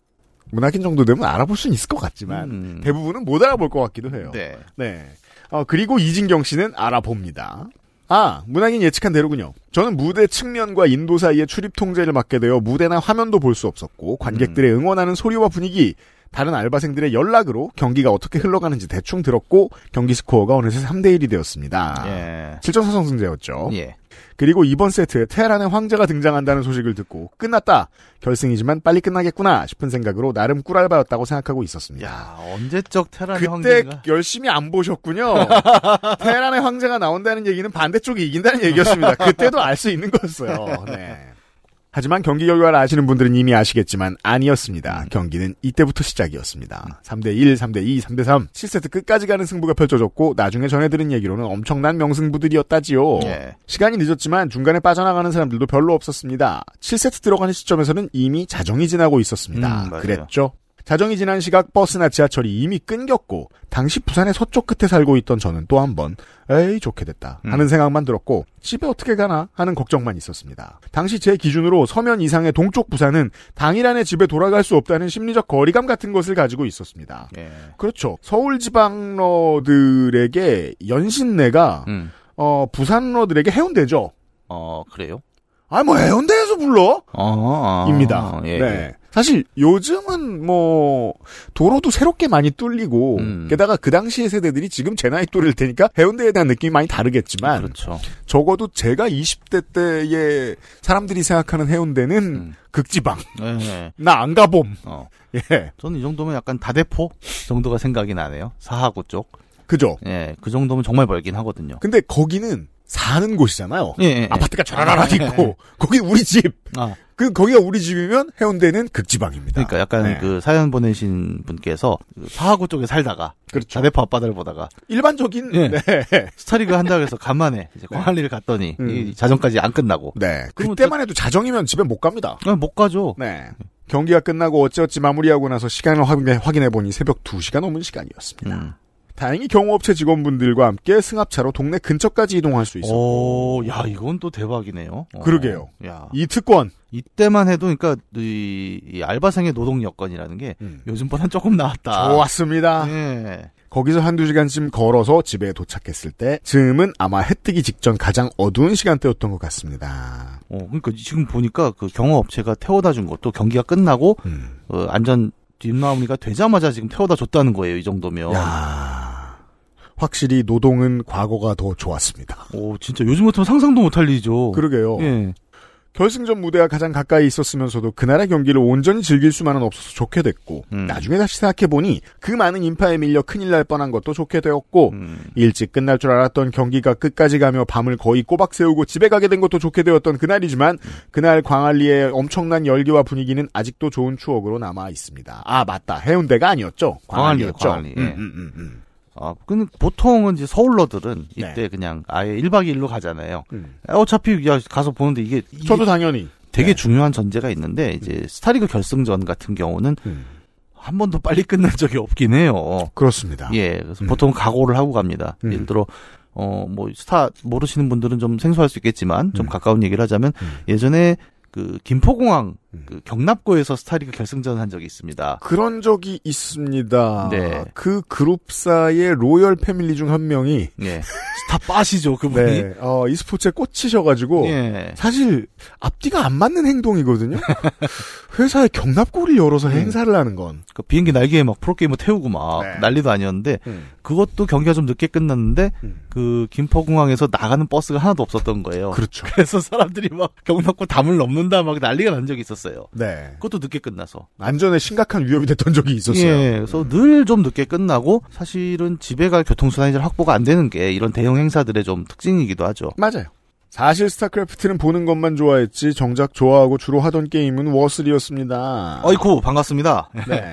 S1: 문학인 정도 되면 알아볼 수는 있을 것 같지만
S2: 음.
S1: 대부분은 못 알아볼 것 같기도 해요.
S2: 네.
S1: 네. 어, 그리고 이진경 씨는 알아봅니다. 아, 문학인 예측한 대로군요. 저는 무대 측면과 인도 사이에 출입 통제를 맡게 되어 무대나 화면도 볼 수 없었고 관객들의
S2: 음.
S1: 응원하는 소리와 분위기, 다른 알바생들의 연락으로 경기가 어떻게 흘러가는지 대충 들었고 경기 스코어가 어느새 3대 1이 되었습니다.
S2: 예.
S1: 7.4성 승제였죠.
S2: 예.
S1: 그리고 이번 세트에 테헤란의 황제가 등장한다는 소식을 듣고 끝났다. 결승이지만 빨리 끝나겠구나 싶은 생각으로 나름 꿀알바였다고 생각하고 있었습니다.
S2: 야 언제적 테란
S1: 그때
S2: 황제가 네.
S1: 열심히 안 보셨군요. 테헤란의 황제가 나온다는 얘기는 반대쪽이 이긴다는 얘기였습니다. 그때도 알 수 있는 거였어요. 네. 하지만 경기 결과를 아시는 분들은 이미 아시겠지만 아니었습니다. 경기는 이때부터 시작이었습니다. 3대1, 3대2, 3대3. 7세트 끝까지 가는 승부가 펼쳐졌고 나중에 전해들은 얘기로는 엄청난 명승부들이었다지요.
S2: 예.
S1: 시간이 늦었지만 중간에 빠져나가는 사람들도 별로 없었습니다. 7세트 들어가는 시점에서는 이미 자정이 지나고 있었습니다.
S2: 음, 맞아요.
S1: 그랬죠. 자정이 지난 시각 버스나 지하철이 이미 끊겼고 당시 부산의 서쪽 끝에 살고 있던 저는 또 한번 에이 좋게 됐다
S2: 음.
S1: 하는 생각만 들었고 집에 어떻게 가나 하는 걱정만 있었습니다. 당시 제 기준으로 서면 이상의 동쪽 부산은 당일 안에 집에 돌아갈 수 없다는 심리적 거리감 같은 것을 가지고 있었습니다.
S2: 예.
S1: 그렇죠. 서울 지방러들에게 연신내가
S2: 음.
S1: 어, 부산러들에게 해운대죠.
S2: 어 그래요?
S1: 아, 뭐, 해운대에서 불러?
S2: 어. 아,
S1: 입니다.
S2: 예.
S1: 네. 사실, 요즘은 뭐, 도로도 새롭게 많이 뚫리고,
S2: 음.
S1: 게다가 그 당시의 세대들이 지금 제 나이 또래일 테니까 해운대에 대한 느낌이 많이 다르겠지만,
S2: 그렇죠.
S1: 적어도 제가 20대 때의 사람들이 생각하는 해운대는
S2: 음.
S1: 극지방.
S2: 예.
S1: 나 안 가봄.
S2: 어.
S1: 예.
S2: 저는 이 정도면 약간 다대포 정도가 생각이 나네요. 사하구 쪽.
S1: 그죠?
S2: 예. 그 정도면 정말 멀긴 하거든요.
S1: 근데 거기는 사는 곳이잖아요.
S2: 예. 예.
S1: 아파트가 좌라락 있고, 거기 우리 집.
S2: 아.
S1: 그, 거기가 우리 집이면 해운대는 극지방입니다.
S2: 그러니까 약간
S1: 네.
S2: 그 사연 보내신 분께서 그 사하구 쪽에 살다가
S1: 그렇죠.
S2: 자대포 앞바다를 보다가
S1: 일반적인
S2: 예.
S1: 네.
S2: 스타리그 한다고 해서 간만에 이제 광안리를 갔더니
S1: 음.
S2: 이 자정까지 안 끝나고
S1: 네.
S2: 그러면
S1: 그때만 해도 자정이면 집에 못 갑니다.
S2: 아, 못 가죠.
S1: 네. 경기가 끝나고 어찌어찌 마무리하고 나서 시간을 확인해, 보니 새벽 2시가 넘은 시간이었습니다.
S2: 음.
S1: 다행히 경호업체 직원분들과 함께 승합차로 동네 근처까지 이동할 수
S2: 어.
S1: 있었고
S2: 오, 야 이건 또 대박이네요. 어.
S1: 그러게요.
S2: 야
S1: 이 특권
S2: 이때만 해도 그러니까 이, 이 알바생의 노동 여건이라는 게
S1: 음.
S2: 요즘보단 조금 나았다.
S1: 아. 좋았습니다.
S2: 예.
S1: 거기서 한두 시간쯤 걸어서 집에 도착했을 때 즈음은 아마 해 뜨기 직전 가장 어두운 시간대였던 것 같습니다.
S2: 어, 그러니까 지금 보니까 그 경호업체가 태워다 준 것도 경기가 끝나고
S1: 음.
S2: 어, 안전 뒷마무리가 되자마자 지금 태워다 줬다는 거예요. 이 정도면.
S1: 야 확실히 노동은 과거가 더 좋았습니다.
S2: 오, 진짜 요즘 같으면 상상도 못할 일이죠.
S1: 그러게요.
S2: 예.
S1: 결승전 무대가 가장 가까이 있었으면서도 그날의 경기를 온전히 즐길 수만은 없어서 좋게 됐고
S2: 음.
S1: 나중에 다시 생각해보니 그 많은 인파에 밀려 큰일 날 뻔한 것도 좋게 되었고
S2: 음.
S1: 일찍 끝날 줄 알았던 경기가 끝까지 가며 밤을 거의 꼬박 세우고 집에 가게 된 것도 좋게 되었던 그날이지만 그날 광안리의 엄청난 열기와 분위기는 아직도 좋은 추억으로 남아 있습니다. 아 맞다 해운대가 아니었죠
S2: 광안리예요,
S1: 광안리였죠.
S2: 광안리, 예.
S1: 음, 음, 음, 음.
S2: 아, 근데 보통은 이제 서울러들은 이때
S1: 네.
S2: 그냥 아예 1박 2일로 가잖아요.
S1: 음.
S2: 아, 어차피 야, 가서 보는데 이게, 이게
S1: 저도 당연히
S2: 되게
S1: 네.
S2: 중요한 전제가 있는데 이제 스타리그 결승전 같은 경우는
S1: 음.
S2: 한 번도 빨리 끝난 적이 없긴 해요.
S1: 그렇습니다.
S2: 예, 그래서
S1: 음.
S2: 보통 각오를 하고 갑니다.
S1: 음.
S2: 예를 들어, 어, 뭐, 스타, 모르시는 분들은 좀 생소할 수 있겠지만, 좀
S1: 음.
S2: 가까운 얘기를 하자면,
S1: 음.
S2: 예전에 그, 김포공항 그 경납고에서 스타리그 결승전을 한 적이 있습니다.
S1: 그런 적이 있습니다.
S2: 네.
S1: 그 그룹사의 로열 패밀리 중 한 명이
S2: 예. 스타 빠시죠, 그분이.
S1: 네, 어, e스포츠에 꽂히셔가지고
S2: 예.
S1: 사실 앞뒤가 안 맞는 행동이거든요. 회사에 경납고를 열어서
S2: 예.
S1: 행사를 하는 건
S2: 그 비행기 날개에 막 프로게이머 태우고 막
S1: 네.
S2: 난리도 아니었는데
S1: 음.
S2: 그것도 경기가 좀 늦게 끝났는데
S1: 음.
S2: 그 김포공항에서 나가는 버스가 하나도 없었던 거예요.
S1: 그렇죠.
S2: 그래서 사람들이 막 경납고 담을 넘는다 막 난리가 난 적이 있었어요.
S1: 네,
S2: 그것도 늦게 끝나서.
S1: 안전에 심각한 위협이 됐던 적이 있었어요. 음.
S2: 예, 그래서 늘 좀 늦게 끝나고 사실은 집에 갈 교통수단이 잘 확보가 안 되는 게 이런 대형 행사들의 좀 특징이기도 하죠.
S1: 맞아요. 사실 스타크래프트는 보는 것만 좋아했지 정작 좋아하고 주로 하던 게임은 워3였습니다.
S2: 어이쿠 반갑습니다.
S1: 네.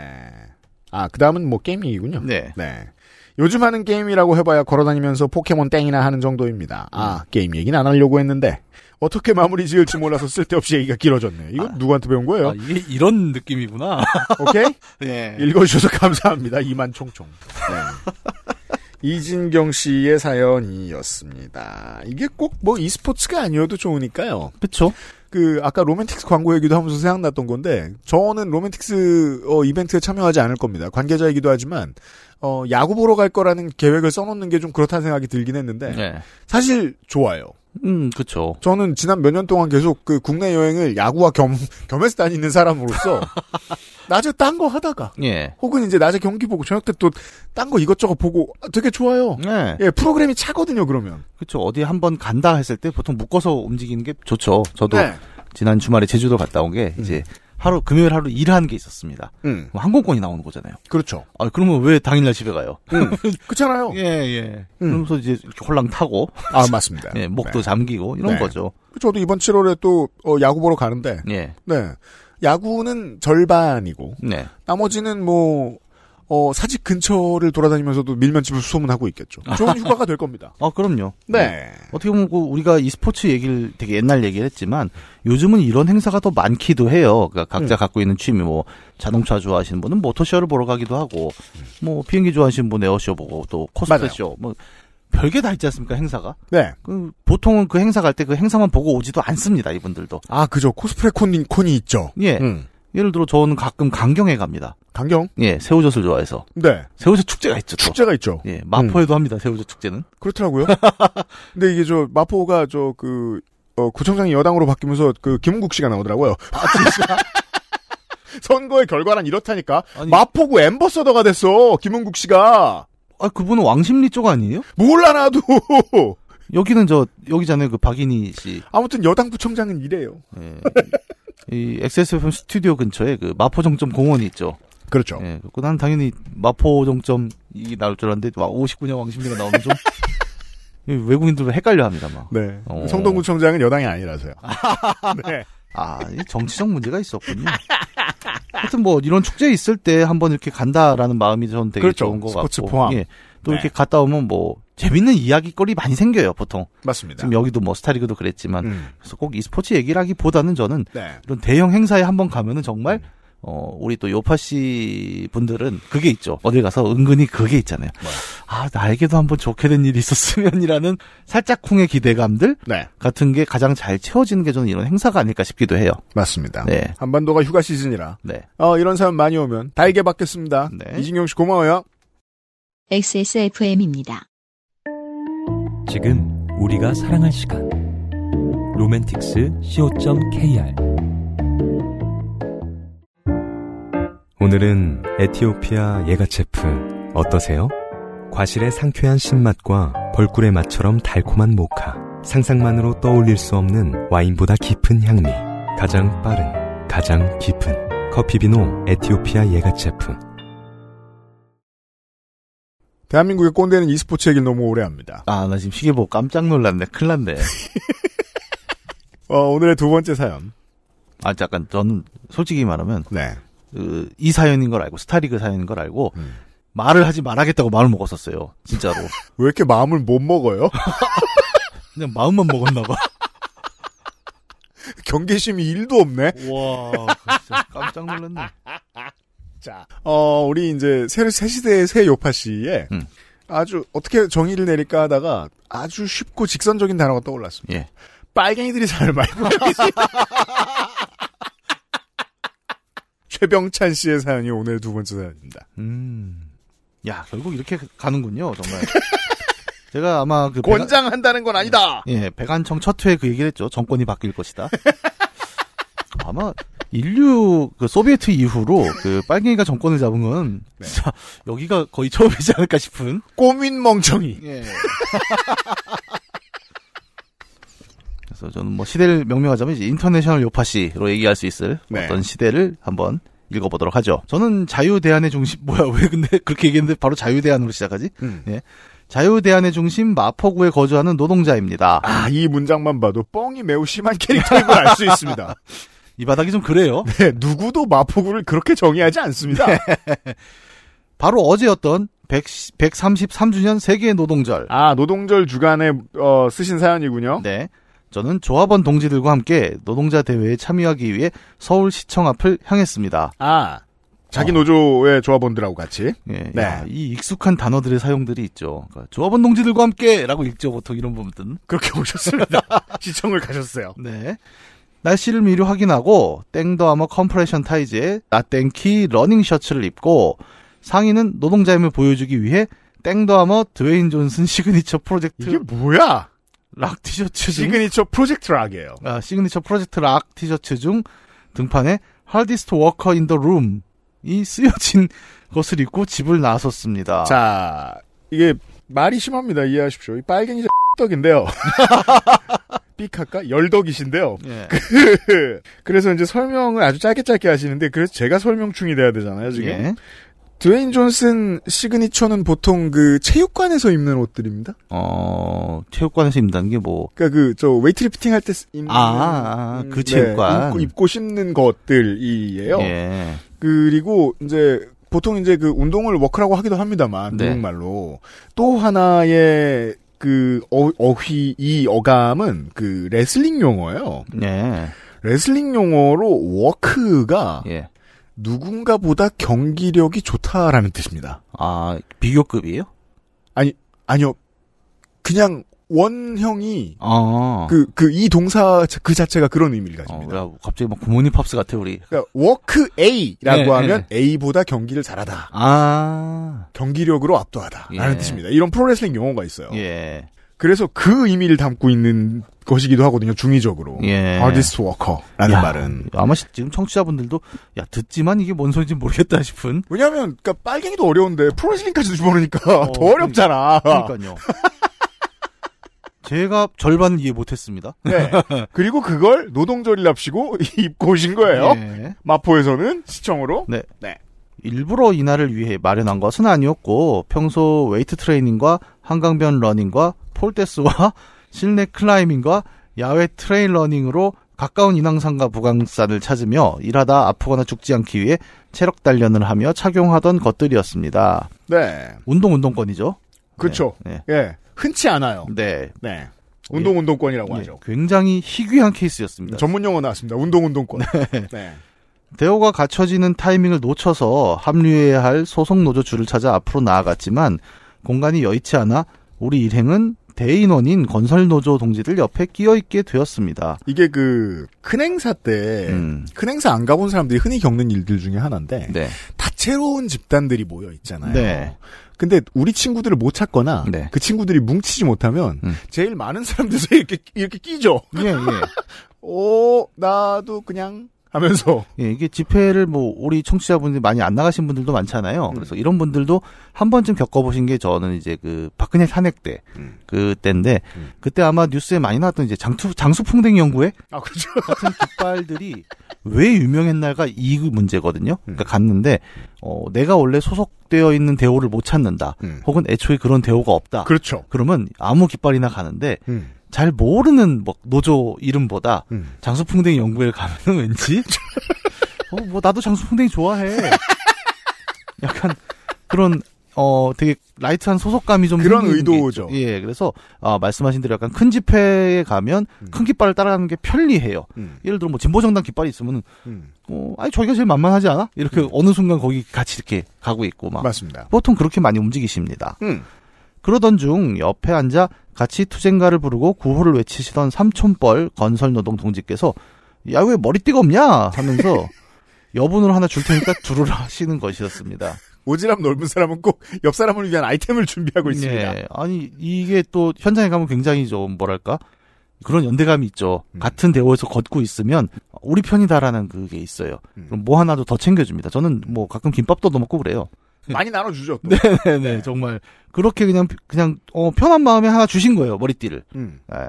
S1: 아, 그 다음은 뭐 게임 얘기군요.
S2: 네.
S1: 요즘 하는 게임이라고 해봐야 걸어다니면서 포켓몬 땡이나 하는 정도입니다.
S2: 음.
S1: 아, 게임 얘기는 안 하려고 했는데, 어떻게 마무리 지을지 몰라서 쓸데없이 얘기가 길어졌네. 이거 누구한테 배운 거예요? 네.
S2: 아, 이게 이런 느낌이구나.
S1: 오케이?
S2: 예.
S1: 읽어주셔서 감사합니다. 이만 총총. 네. 이진경 씨의 사연이었습니다. 이게 꼭 뭐 e스포츠가 아니어도 좋으니까요.
S2: 그쵸?
S1: 그 아까 로맨틱스 광고 얘기도 하면서 생각났던 건데 저는 로맨틱스 어, 이벤트에 참여하지 않을 겁니다. 관계자이기도 하지만 어, 야구 보러 갈 거라는 계획을 써놓는 게 좀 그렇다는 생각이 들긴 했는데
S2: 네.
S1: 사실 좋아요.
S2: 음, 그쵸.
S1: 저는 지난 몇 년 동안 계속 그 국내 여행을 야구와 겸 겸해서 다니는 사람으로서 낮에 딴 거 하다가
S2: 예.
S1: 혹은 이제 낮에 경기 보고 저녁 때 또 딴 거 이것저것 보고 아, 되게 좋아요.
S2: 네.
S1: 예 프로그램이 차거든요 그러면.
S2: 그쵸. 어디 한번 간다 했을 때 보통 묶어서 움직이는 게 좋죠. 저도
S1: 네.
S2: 지난 주말에 제주도 갔다 온 게 이제 하루, 금요일 하루 일한 게 있었습니다.
S1: 음
S2: 그럼 항공권이 나오는 거잖아요.
S1: 그렇죠. 음.
S2: 아, 그러면 왜 당일날 집에 가요?
S1: 그렇잖아요.
S2: 예, 예.
S1: 음.
S2: 그러면서 이제 이렇게 홀랑 타고,
S1: 아 맞습니다.
S2: 예, 목도
S1: 네.
S2: 잠기고, 이런
S1: 네.
S2: 거죠.
S1: 저도 이번 7월에 또 어, 야구 보러 가는데
S2: 예.
S1: 네 야구는 절반이고
S2: 네.
S1: 나머지는 뭐 어, 사직 근처를 돌아다니면서도 밀면집을 수소문하고 있겠죠. 좋은 휴가가 될 겁니다.
S2: 아, 그럼요.
S1: 네.
S2: 어떻게 보면 그 우리가 이 스포츠 얘기를 되게 옛날 얘기를 했지만 요즘은 이런 행사가 더 많기도 해요. 그러니까
S1: 음.
S2: 각자 갖고 있는 취미 뭐 자동차 좋아하시는 분은 모터쇼를 보러 가기도 하고 뭐 비행기 좋아하시는 분은 에어쇼 보고 또
S1: 음. 맞아요.
S2: 코스프레 쇼뭐 별게 다 있지 않습니까 행사가?
S1: 네.
S2: 그 보통은 그 행사 갈 때 그 행사만 보고 오지도 않습니다 이분들도.
S1: 아 그죠 코스프레 콘이, 콘이 있죠.
S2: 예
S1: 음.
S2: 예를 들어 저는 가끔 강경에 갑니다.
S1: 강경.
S2: 예 새우젓을 좋아해서
S1: 네.
S2: 새우젓 축제가 있죠. 또.
S1: 축제가 음. 있죠.
S2: 예 마포에도 합니다 새우젓 축제는.
S1: 그렇더라고요. 근데 이게 저 마포가 저 그 구청장이 여당으로 바뀌면서 그 김은국 씨가 나오더라고요. 아, 선거의 결과란 이렇다니까.
S2: 아니-
S1: 마포구 엠버서더가 됐어. 김은국 씨가
S2: 아 그분은 왕십리 쪽 아니에요?
S1: 몰라 나도.
S2: 여기는 저 여기잖아요 그 박인희 씨.
S1: 아무튼 여당 부총장은 이래요.
S2: 예. 이 XSFM 스튜디오 근처에 그 마포정점 공원이 있죠.
S1: 그렇죠.
S2: 예. 그 나는 당연히 마포정점 이 나올 줄 알았는데 와 59년 왕십리가 나오면 좀 이 외국인들도 헷갈려 합니다 막.
S1: 네.
S2: 어.
S1: 성동구청장은 여당이 아니라서요. 네.
S2: 아, 이 정치적 문제가 있었군요. 하여튼 뭐 이런 축제 있을 때 한번 이렇게 간다라는 마음이 저는 되게
S1: 그렇죠.
S2: 좋은 것
S1: 스포츠
S2: 같고.
S1: 포함.
S2: 예. 또
S1: 네.
S2: 이렇게 갔다 오면 뭐 재밌는 이야기거리 많이 생겨요, 보통.
S1: 맞습니다.
S2: 지금 여기도 뭐 스타리그도 그랬지만
S1: 음.
S2: 그래서 꼭 e스포츠 얘기라기보다는 저는
S1: 네.
S2: 이런 대형 행사에 한번 가면은 정말 어 우리 또 요파 씨 분들은 그게 있죠. 어딜 가서 은근히 그게 있잖아요. 아 나에게도 한번 좋게 된 일이 있었으면이라는 살짝 쿵의 기대감들
S1: 네.
S2: 같은 게 가장 잘 채워지는 게 저는 이런 행사가 아닐까 싶기도 해요.
S1: 맞습니다.
S2: 네.
S1: 한반도가 휴가 시즌이라
S2: 네.
S1: 어, 이런 사연 많이 오면 달게 받겠습니다.
S2: 네.
S1: 이진경 씨 고마워요.
S4: XSFM입니다.
S8: 지금 우리가 사랑할 시간 로맨틱스 co.kr
S6: 오늘은 에티오피아 예가체프 어떠세요? 과실의 상쾌한 신맛과 벌꿀의 맛처럼 달콤한 모카. 상상만으로 떠올릴 수 없는 와인보다 깊은 향미. 가장 빠른, 가장 깊은 커피비노 에티오피아 예가체프.
S1: 대한민국의 꼰대는 e스포츠 얘기를 너무 오래 합니다.
S2: 아 나 지금 시계 보고 깜짝 놀랐네. 큰일 났네.
S1: 어, 오늘의 두 번째 사연.
S2: 아 잠깐 저는 솔직히 말하면
S1: 네.
S2: 그, 이 사연인 걸 알고 스타리그 사연인 걸 알고
S1: 음.
S2: 말을 하지 말아겠다고 마음을 먹었었어요. 진짜로.
S1: 왜 이렇게 마음을 못 먹어요?
S2: 그냥 마음만 먹었나 봐.
S1: 경계심이 일도 없네.
S2: 와, 아, 진짜 깜짝 놀랐네.
S1: 자, 어, 우리 이제 새, 새 시대의 새 요파 씨의
S2: 음.
S1: 아주 어떻게 정의를 내릴까 하다가 아주 쉽고 직선적인 단어가 떠올랐습니다.
S2: 예.
S1: 빨갱이들이 잘 말고 있어요. 최병찬 씨의 사연이 오늘 두 번째 사연입니다.
S2: 음. 야, 결국 이렇게 가는군요, 정말. 제가 아마 그 백안-
S1: 권장한다는 건 아니다.
S2: 예, 백안청 첫 회에 그 얘기를 했죠. 정권이 바뀔 것이다. 아마 인류 그 소비에트 이후로 그 빨갱이가 정권을 잡은 건
S1: 네.
S2: 진짜 여기가 거의 처음이지 않을까 싶은.
S1: 꼬민 멍청이.
S2: 예. 그래서 저는 뭐 시대를 명명하자면 이제 인터내셔널 요파 씨로 얘기할 수 있을
S1: 네.
S2: 어떤 시대를 한번 읽어보도록 하죠. 저는 자유 대안의 중심 뭐야 왜 근데 그렇게 얘기했는데 바로 자유 대안으로 시작하지?
S1: 음.
S2: 예. 자유 대안의 중심 마포구에 거주하는 노동자입니다.
S1: 아, 이 문장만 봐도 뻥이 매우 심한 캐릭터인 걸 알 수 있습니다.
S2: 이 바닥이 좀 그래요.
S1: 네, 누구도 마포구를 그렇게 정의하지 않습니다.
S2: 네. 바로 어제였던 100, 133주년 세계 노동절.
S1: 아, 노동절 주간에 어, 쓰신 사연이군요.
S2: 네. 저는 조합원 동지들과 함께 노동자 대회에 참여하기 위해 서울시청 앞을 향했습니다.
S1: 아, 자기 노조의 조합원들하고 같이.
S2: 예,
S1: 네.
S2: 야, 이 익숙한 단어들의 사용들이 있죠. 그러니까 조합원 동지들과 함께라고 읽죠 보통 이런 부분들은.
S1: 그렇게 오셨습니다. 시청을 가셨어요.
S2: 네. 날씨를 미리 확인하고 땡더 아머 컴프레션 타이즈에 나땡키 러닝 셔츠를 입고 상의는 노동자임을 보여주기 위해 땡더 아머 드웨인 존슨 시그니처 프로젝트
S1: 이게 뭐야?
S2: 락 티셔츠 중
S1: 시그니처 프로젝트 락이에요.
S2: 아, 시그니처 프로젝트 락 티셔츠 중 등판에 Hardest Worker in the Room이 쓰여진 것을 입고 집을
S1: 아.
S2: 나섰습니다.
S1: 자, 이게 말이 심합니다. 이해하십시오. 이 빨갱이 저 떡인데요. 삐카까 열덕이신데요.
S2: 예.
S1: 그래서 이제 설명을 아주 짧게 짧게 하시는데 그래서 제가 설명충이 돼야 되잖아요. 지금
S2: 예.
S1: 드웨인 존슨 시그니처는 보통 그 체육관에서 입는 옷들입니다.
S2: 어, 체육관에서 입는다는 게 뭐,
S1: 그러니까 그 저 웨이트리프팅 할 때 입는
S2: 아, 아, 그
S1: 네,
S2: 체육관.
S1: 입고, 입고 신는 것들이에요.
S2: 예.
S1: 그리고 이제 보통 이제 그 운동을 워크라고 하기도 합니다만
S2: 네.
S1: 한국말로 또 하나의 그 어, 어휘 이 어감은 그 레슬링 용어예요.
S2: 예.
S1: 레슬링 용어로 워크가
S2: 예.
S1: 누군가보다 경기력이 좋다라는 뜻입니다.
S2: 아, 비교급이에요?
S1: 아니요, 그냥 원형이
S2: 아.
S1: 그 그 이 동사 자- 그 자체가 그런 의미를
S2: 어,
S1: 가집니다.
S2: 야, 갑자기 막 구모니 팝스 같아, 우리.
S1: 그러니까 워크 A라고
S2: 네,
S1: 하면 A보다 경기를 잘하다,
S2: 아.
S1: 경기력으로 압도하다라는
S2: 예.
S1: 뜻입니다. 이런 프로레슬링 용어가 있어요.
S2: 예.
S1: 그래서 그 의미를 담고 있는 것이기도 하거든요. 중의적으로.
S2: 예.
S1: 하디스트 워커라는 말은.
S2: 아마 시- 지금 청취자분들도, 야, 듣지만 이게 뭔 소리인지 모르겠다 싶은.
S1: 왜냐하면 그러니까 빨갱이도 어려운데 프로레슬링까지도 주머니까
S2: 어,
S1: 더 어렵잖아.
S2: 그러니까요. 제가 절반을 이해 못했습니다.
S1: 네. 그리고 그걸 노동절이랍시고 입고 오신 거예요.
S2: 예.
S1: 마포에서는 시청으로.
S2: 일부러 이날을 위해 마련한 것은 아니었고 평소 웨이트 트레이닝과 한강변 러닝과 폴댄스와 실내 클라이밍과 야외 트레일 러닝으로 가까운 인왕산과 부강산을 찾으며 일하다 아프거나 죽지 않기 위해 체력 단련을 하며 착용하던 것들이었습니다.
S1: 네.
S2: 운동 운동권이죠.
S1: 그렇죠.
S2: 네.
S1: 예. 흔치 않아요.
S2: 네.
S1: 네. 운동 운동권이라고
S2: 예,
S1: 하죠.
S2: 굉장히 희귀한 케이스였습니다.
S1: 전문 용어 나왔습니다. 운동 운동권. 네.
S2: 대호가 갖춰지는 타이밍을 놓쳐서 합류해야 할 소속 노조주를 찾아 앞으로 나아갔지만 공간이 여의치 않아 우리 일행은 대인원인 건설 노조 동지들 옆에 끼어 있게 되었습니다.
S1: 이게 그 큰 행사 때.
S2: 음,
S1: 큰 행사 안 가본 사람들이 흔히 겪는 일들 중에 하나인데
S2: 네,
S1: 다채로운 집단들이 모여 있잖아요.
S2: 네.
S1: 근데 우리 친구들을 못 찾거나
S2: 네.
S1: 그 친구들이 뭉치지 못하면
S2: 음.
S1: 제일 많은 사람들 사이에 이렇게 이렇게 끼죠.
S2: 예, 예.
S1: 오 나도 그냥 하면서
S2: 예, 이게 집회를 뭐 우리 청취자분들이 많이 안 나가신 분들도 많잖아요.
S1: 음.
S2: 그래서 이런 분들도 한 번쯤 겪어보신 게 저는 이제 그 박근혜 탄핵 때
S1: 음.
S2: 그때인데
S1: 음.
S2: 그때 아마 뉴스에 많이 나왔던 이제 장투 장수풍뎅이 연구회
S1: 아 그죠.
S2: 같은 깃발들이 왜 유명했나가 이 문제거든요.
S1: 음.
S2: 그러니까 갔는데 어, 내가 원래 소속되어 있는 대호를 못 찾는다.
S1: 음.
S2: 혹은 애초에 그런 대호가 없다.
S1: 그렇죠.
S2: 그러면 아무 깃발이나 가는데
S1: 음.
S2: 잘 모르는 뭐 노조 이름보다
S1: 음.
S2: 장수풍뎅이 연구회를 가면 왠지 어, 뭐 나도 장수풍뎅이 좋아해. 약간 그런 어 되게 라이트한 소속감이 좀
S1: 그런
S2: 생기는 게
S1: 의도죠.
S2: 있죠. 예, 그래서 아, 말씀하신 대로 약간 큰 집회에 가면
S1: 음.
S2: 큰 깃발을 따라가는 게 편리해요.
S1: 음.
S2: 예를 들어 뭐 진보정당 깃발이 있으면
S1: 음.
S2: 어, 아니 저희가 제일 만만하지 않아? 이렇게 어느 순간 거기 같이 이렇게 가고 있고 막
S1: 맞습니다.
S2: 보통 그렇게 많이 움직이십니다.
S1: 음.
S2: 그러던 중 옆에 앉아 같이 투쟁가를 부르고 구호를 외치시던 삼촌뻘 건설노동 동지께서 야 왜 머리띠가 없냐 하면서 여분으로 하나 줄 테니까 두루루 하시는 것이었습니다.
S1: 오지랖 넓은 사람은 꼭 옆 사람을 위한 아이템을 준비하고 있습니다.
S2: 예, 아니 이게 또 현장에 가면 굉장히 좀 뭐랄까 그런 연대감이 있죠.
S1: 음.
S2: 같은 대호에서 걷고 있으면 우리 편이다라는 그게 있어요.
S1: 음.
S2: 그럼 뭐 하나도 더 챙겨줍니다. 저는 뭐 가끔 김밥도 넣어 먹고 그래요.
S1: 많이 나눠주죠. 또.
S2: 네네 정말 그렇게 그냥 그냥 어, 편한 마음에 하나 주신 거예요 머리띠를.
S1: 음.
S2: 예.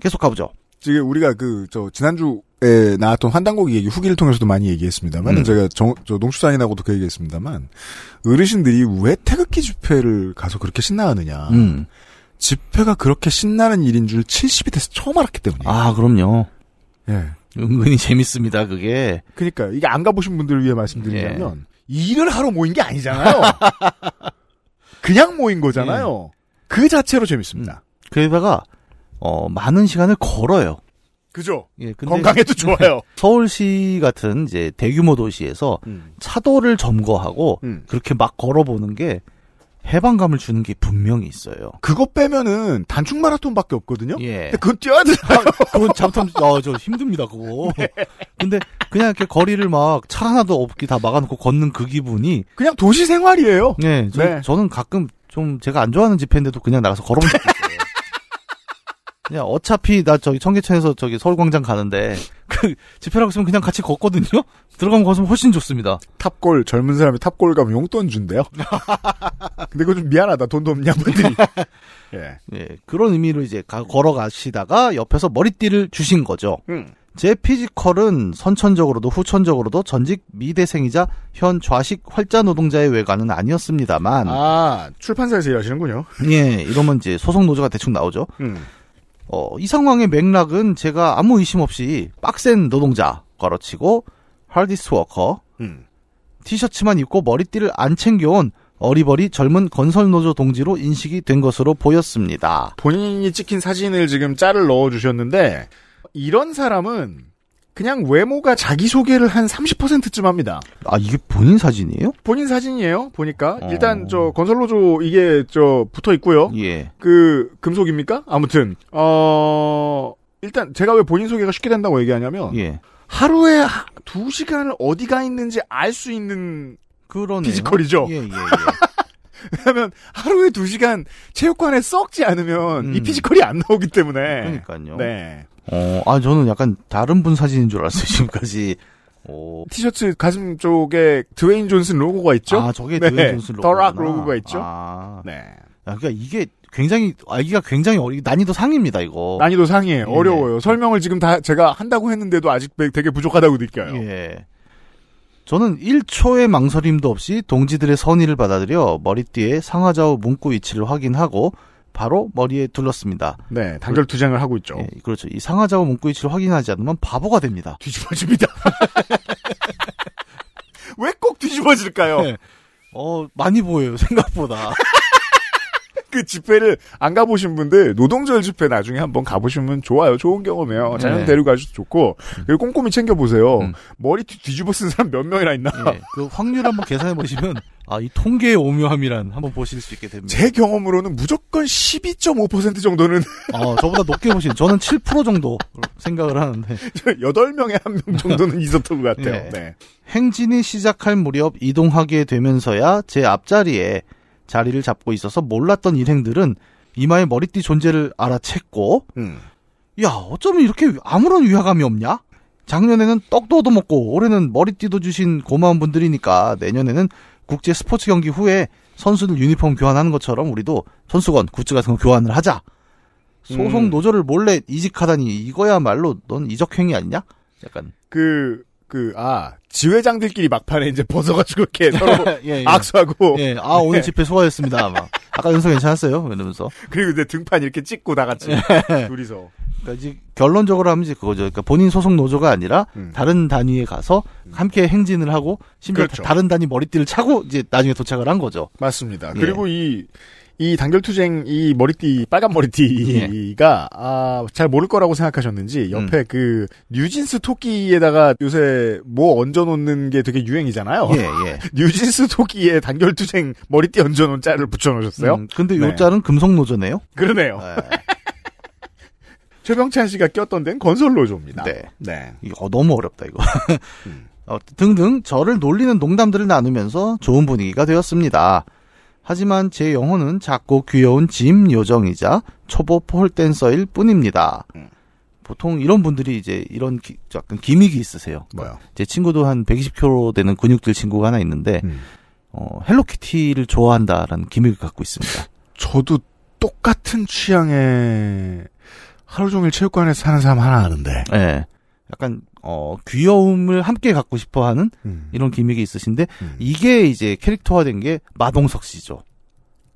S2: 계속 가보죠.
S1: 지금 우리가 그 저 지난주에 나왔던 환단고기 얘기 후기를 통해서도 많이 얘기했습니다만
S2: 음.
S1: 제가 정- 저 농축산인하고도 그 얘기했습니다만 어르신들이 왜 태극기 집회를 가서 그렇게 신나하느냐
S2: 음.
S1: 집회가 그렇게 신나는 일인 줄 70이 돼서 처음 알았기 때문이에요.
S2: 아 그럼요.
S1: 예.
S2: 은근히 재밌습니다 그게.
S1: 그러니까 이게 안 가보신 분들을 위해 말씀드리자면 일을 하러 모인 게 아니잖아요. 그냥 모인 거잖아요. 그 자체로 재밌습니다.
S2: 그러다가 어 많은 시간을 걸어요.
S1: 그죠?
S2: 예, 근데
S1: 건강에도 좋아요.
S2: 서울시 같은 이제 대규모 도시에서 차도를 점거하고
S1: 음.
S2: 그렇게 막 걸어보는 게 해방감을 주는 게 분명히 있어요.
S1: 그거 빼면은 단축 마라톤밖에 없거든요. 네.
S2: 예.
S1: 근데 그건 뛰어야 돼.
S2: 그건 잠깐 아저 힘듭니다 그거. 근데 그냥 이렇게 거리를 막 차 하나도 없게 다 막아놓고 걷는 그 기분이
S1: 그냥 도시 생활이에요.
S2: 예, 저,
S1: 네.
S2: 저는 가끔 좀 제가 안 좋아하는 집회인데도 그냥 나가서 걸어본 적이 있어요. 그냥 어차피 나 저기 청계천에서 저기 서울광장 가는데 그 집회라고 있으면 그냥 같이 걷거든요. 들어가면 걷으면 훨씬 좋습니다.
S1: 탑골 젊은 사람이 탑골 가면 용돈 준대요. 근데 그거 좀 미안하다. 돈도 없냐 분들이. 예.
S2: 예, 그런 의미로 이제 가- 걸어가시다가 옆에서 머리띠를 주신 거죠. 제 피지컬은 선천적으로도 후천적으로도 전직 미대생이자 현 좌식 활자 노동자의 외관은 아니었습니다만,
S1: 아 출판사에서 일하시는군요.
S2: 예, 이러면 이제 소속 노조가 대충 나오죠.
S1: 음.
S2: 어, 이 상황의 맥락은 제가 아무 의심 없이 빡센 노동자가로 치고 하디스 워커,
S1: 음.
S2: 티셔츠만 입고 머리띠를 안 챙겨온 어리버리 젊은 건설 노조 동지로 인식이 된 것으로 보였습니다.
S1: 본인이 찍힌 사진을 지금 짤을 넣어 주셨는데 이런 사람은 그냥 외모가 자기 소개를 한 30%쯤 합니다.
S2: 아, 이게 본인 사진이에요?
S1: 본인 사진이에요. 보니까
S2: 어.
S1: 일단 저 건설로조 이게 저 붙어 있고요.
S2: 예.
S1: 그 금속입니까? 아무튼 어 일단 제가 왜 본인 소개가 쉽게 된다고 얘기하냐면
S2: 예.
S1: 하루에 하- 두 시간을 어디가 있는지 알 수 있는
S2: 그러네요.
S1: 피지컬이죠?
S2: 예, 예, 예.
S1: 왜냐하면 하루에 두 시간 체육관에 썩지 않으면 이
S2: 음.
S1: 피지컬이 안 나오기 때문에
S2: 그러니까요.
S1: 네
S2: 어, 아, 저는 약간 다른 분 사진인 줄 알았어요, 지금까지. 오.
S1: 티셔츠 가슴 쪽에 드웨인 존슨 로고가 있죠.
S2: 아, 저게
S1: 네.
S2: 드웨인 존슨 로고.
S1: 더락 로고가 있죠?
S2: 아.
S1: 네
S2: 야, 그러니까 이게 굉장히, 아기가 굉장히 어리, 난이도 상입니다, 이거.
S1: 난이도 상이에요.
S2: 예.
S1: 어려워요. 설명을 지금 다 제가 한다고 했는데도 아직 되게 부족하다고 느껴요.
S2: 예. 저는 1초의 망설임도 없이 동지들의 선의를 받아들여 머리띠에 상하좌우 문구 위치를 확인하고 바로 머리에 둘렀습니다.
S1: 네 단결 투쟁을 하고 있죠.
S2: 예, 그렇죠. 이 상하좌우 문구 위치를 확인하지 않으면 바보가 됩니다.
S1: 뒤집어집니다. 왜 꼭 뒤집어질까요?
S2: 네. 어, 많이 보여요, 생각보다.
S1: 그 집회를 안 가보신 분들 노동절 집회 나중에 한번 가보시면 좋아요. 좋은 경험이에요. 자녀
S2: 네.
S1: 데리고 가셔도 좋고 그리고 꼼꼼히 챙겨보세요.
S2: 음.
S1: 머리띠 뒤집어 쓴 사람 몇 명이나 있나?
S2: 예, 그 확률 한번 계산해 보시면 아 이 통계의 오묘함이란 한번 보실 수 있게 됩니다.
S1: 제 경험으로는 무조건 12.5% 정도는
S2: 어, 저보다 높게 보신 저는 7% 정도 생각을 하는데
S1: 8명에 한 명 정도는 있었던 것 같아요.
S2: 예.
S1: 네.
S2: 행진이 시작할 무렵 이동하게 되면서야 제 앞자리에 자리를 잡고 있어서 몰랐던 일행들은 이마의 머리띠 존재를 알아챘고
S1: 음.
S2: 야 어쩌면 이렇게 아무런 위화감이 없냐? 작년에는 떡도 얻어먹고 올해는 머리띠도 주신 고마운 분들이니까 내년에는 국제 스포츠 경기 후에 선수들 유니폼 교환하는 것처럼 우리도 선수건 굿즈 같은 거 교환을 하자. 소속
S1: 음.
S2: 노조를 몰래 이직하다니 이거야말로 넌 이적행위 아니냐? 약간
S1: 그, 그, 아, 지회장들끼리 막판에 이제 벗어가지고 이렇게 서로
S2: 예, 예.
S1: 악수하고
S2: 예, 아 오늘 집회 수고하셨습니다. 막 아까 연습 괜찮았어요? 이러면서
S1: 그리고 이제 등판 이렇게 찍고 다 같이 둘이서
S2: 그러니까 이제 결론적으로 하면 이제 그거죠. 그러니까 본인 소속 노조가 아니라
S1: 음.
S2: 다른 단위에 가서 함께 행진을 하고 심지어
S1: 그렇죠.
S2: 다- 다른 단위 머리띠를 차고 이제 나중에 도착을 한 거죠.
S1: 맞습니다.
S2: 예.
S1: 그리고 이, 이 단결투쟁, 이 머리띠, 빨간 머리띠가, 아, 잘 모를 거라고 생각하셨는지, 옆에
S2: 음.
S1: 그, 뉴진스 토끼에다가 요새 뭐 얹어놓는 게 되게 유행이잖아요.
S2: 예, 예.
S1: 뉴진스 토끼에 단결투쟁 머리띠 얹어놓은 짤을 붙여놓으셨어요?
S2: 음, 근데 요
S1: 네.
S2: 짤은 금속 노조네요.
S1: 그러네요.
S2: 네.
S1: 최병찬 씨가 꼈던 데는 건설로조입니다. 네.
S2: 이거 너무 어렵다 이거. 어, 등등 저를 놀리는 농담들을 나누면서 좋은 분위기가 되었습니다. 하지만 제 영혼은 작고 귀여운 짐 요정이자 초보 폴댄서일 뿐입니다. 보통 이런 분들이 이제 이런 기- 약간 기믹이 있으세요.
S3: 뭐요?
S2: 제 친구도 한 120kg 되는 근육질 친구가 하나 있는데
S3: 음.
S2: 어, 헬로키티를 좋아한다라는 기믹을 갖고 있습니다.
S3: 저도 똑같은 취향의 하루 종일 체육관에 서 사는 사람 하나 아는데.
S2: 예. 약간 어, 귀여움을 함께 갖고 싶어하는
S3: 음.
S2: 이런 기믹이 있으신데
S3: 음.
S2: 이게 이제 캐릭터화된 게 마동석 씨죠.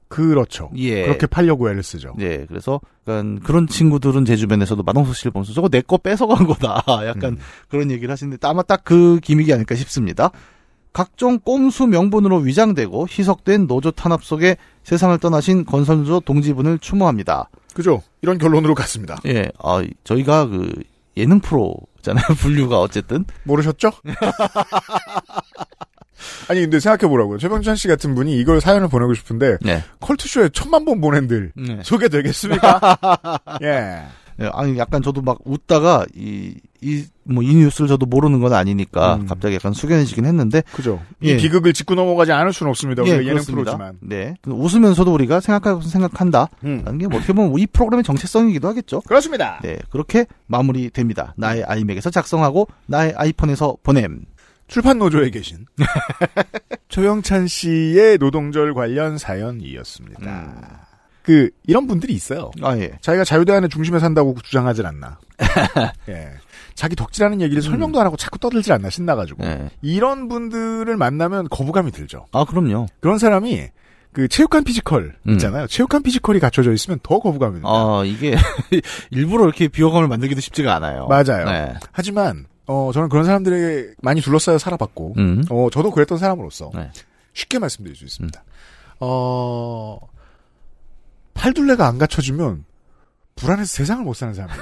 S3: 그렇죠.
S2: 예.
S3: 그렇게 팔려고 애를 쓰죠.
S2: 예, 그래서 약간 그런 친구들은 제 주변에서도 마동석 씨를 보면서 저거 내 거 뺏어간 거다. 약간
S3: 음.
S2: 그런 얘기를 하시는데 아마 딱 그 기믹이 아닐까 싶습니다. 각종 꼼수 명분으로 위장되고 희석된 노조 탄압 속에 세상을 떠나신 건선조 동지분을 추모합니다.
S3: 그죠? 이런 결론으로 갔습니다.
S2: 예, 아, 저희가 그 예능 프로잖아요. 분류가 어쨌든
S3: 모르셨죠?
S1: 아니 근데 생각해보라고요. 최병찬 씨 같은 분이 이걸 사연을 보내고 싶은데
S2: 네.
S1: 컬투쇼에 천만 번 보낸들
S2: 네.
S1: 소개되겠습니까? 예.
S2: 예, 아니 약간 저도 막 웃다가 이 이 뭐 이 뉴스를 저도 모르는 건 아니니까
S1: 음.
S2: 갑자기 약간 숙연해지긴 했는데
S1: 그죠.
S2: 예.
S1: 이 비극을 짚고 넘어가지 않을 수는 없습니다. 우리가 예능 프로지만.
S2: 네. 근데 웃으면서도 우리가 생각하고 생각한다.
S1: 음.
S2: 라는 게뭐 어떻게 보면 이 프로그램의 정체성이기도 하겠죠.
S1: 그렇습니다.
S2: 네. 그렇게 마무리됩니다. 나의 아이맥에서 작성하고 나의 아이폰에서 보냄.
S1: 출판 노조에 계신 최병찬 씨의 노동절 관련 사연이었습니다. 그 이런 분들이 있어요.
S2: 아 예.
S1: 자기가 자유대안의 중심에 산다고 주장하진 않나. 예. 자기 덕질하는 얘기를 설명도 안 하고 자꾸 떠들질 않나 신나가지고.
S2: 예.
S1: 이런 분들을 만나면 거부감이 들죠.
S2: 아 그럼요.
S1: 그런 사람이 그 체육관 피지컬
S2: 음.
S1: 있잖아요. 체육관 피지컬이 갖춰져 있으면 더 거부감이 듭니다.
S2: 아 이게 일부러 이렇게 비호감을 만들기도 쉽지가 않아요.
S1: 맞아요.
S2: 네.
S1: 하지만 어 저는 그런 사람들에게 많이 둘러싸여 살아봤고
S2: 음.
S1: 어, 저도 그랬던 사람으로서
S2: 네. 음.
S1: 쉽게 말씀드릴 수 있습니다. 어, 팔둘레가 안 갖춰지면 불안해서 세상을 못 사는 사람이에요.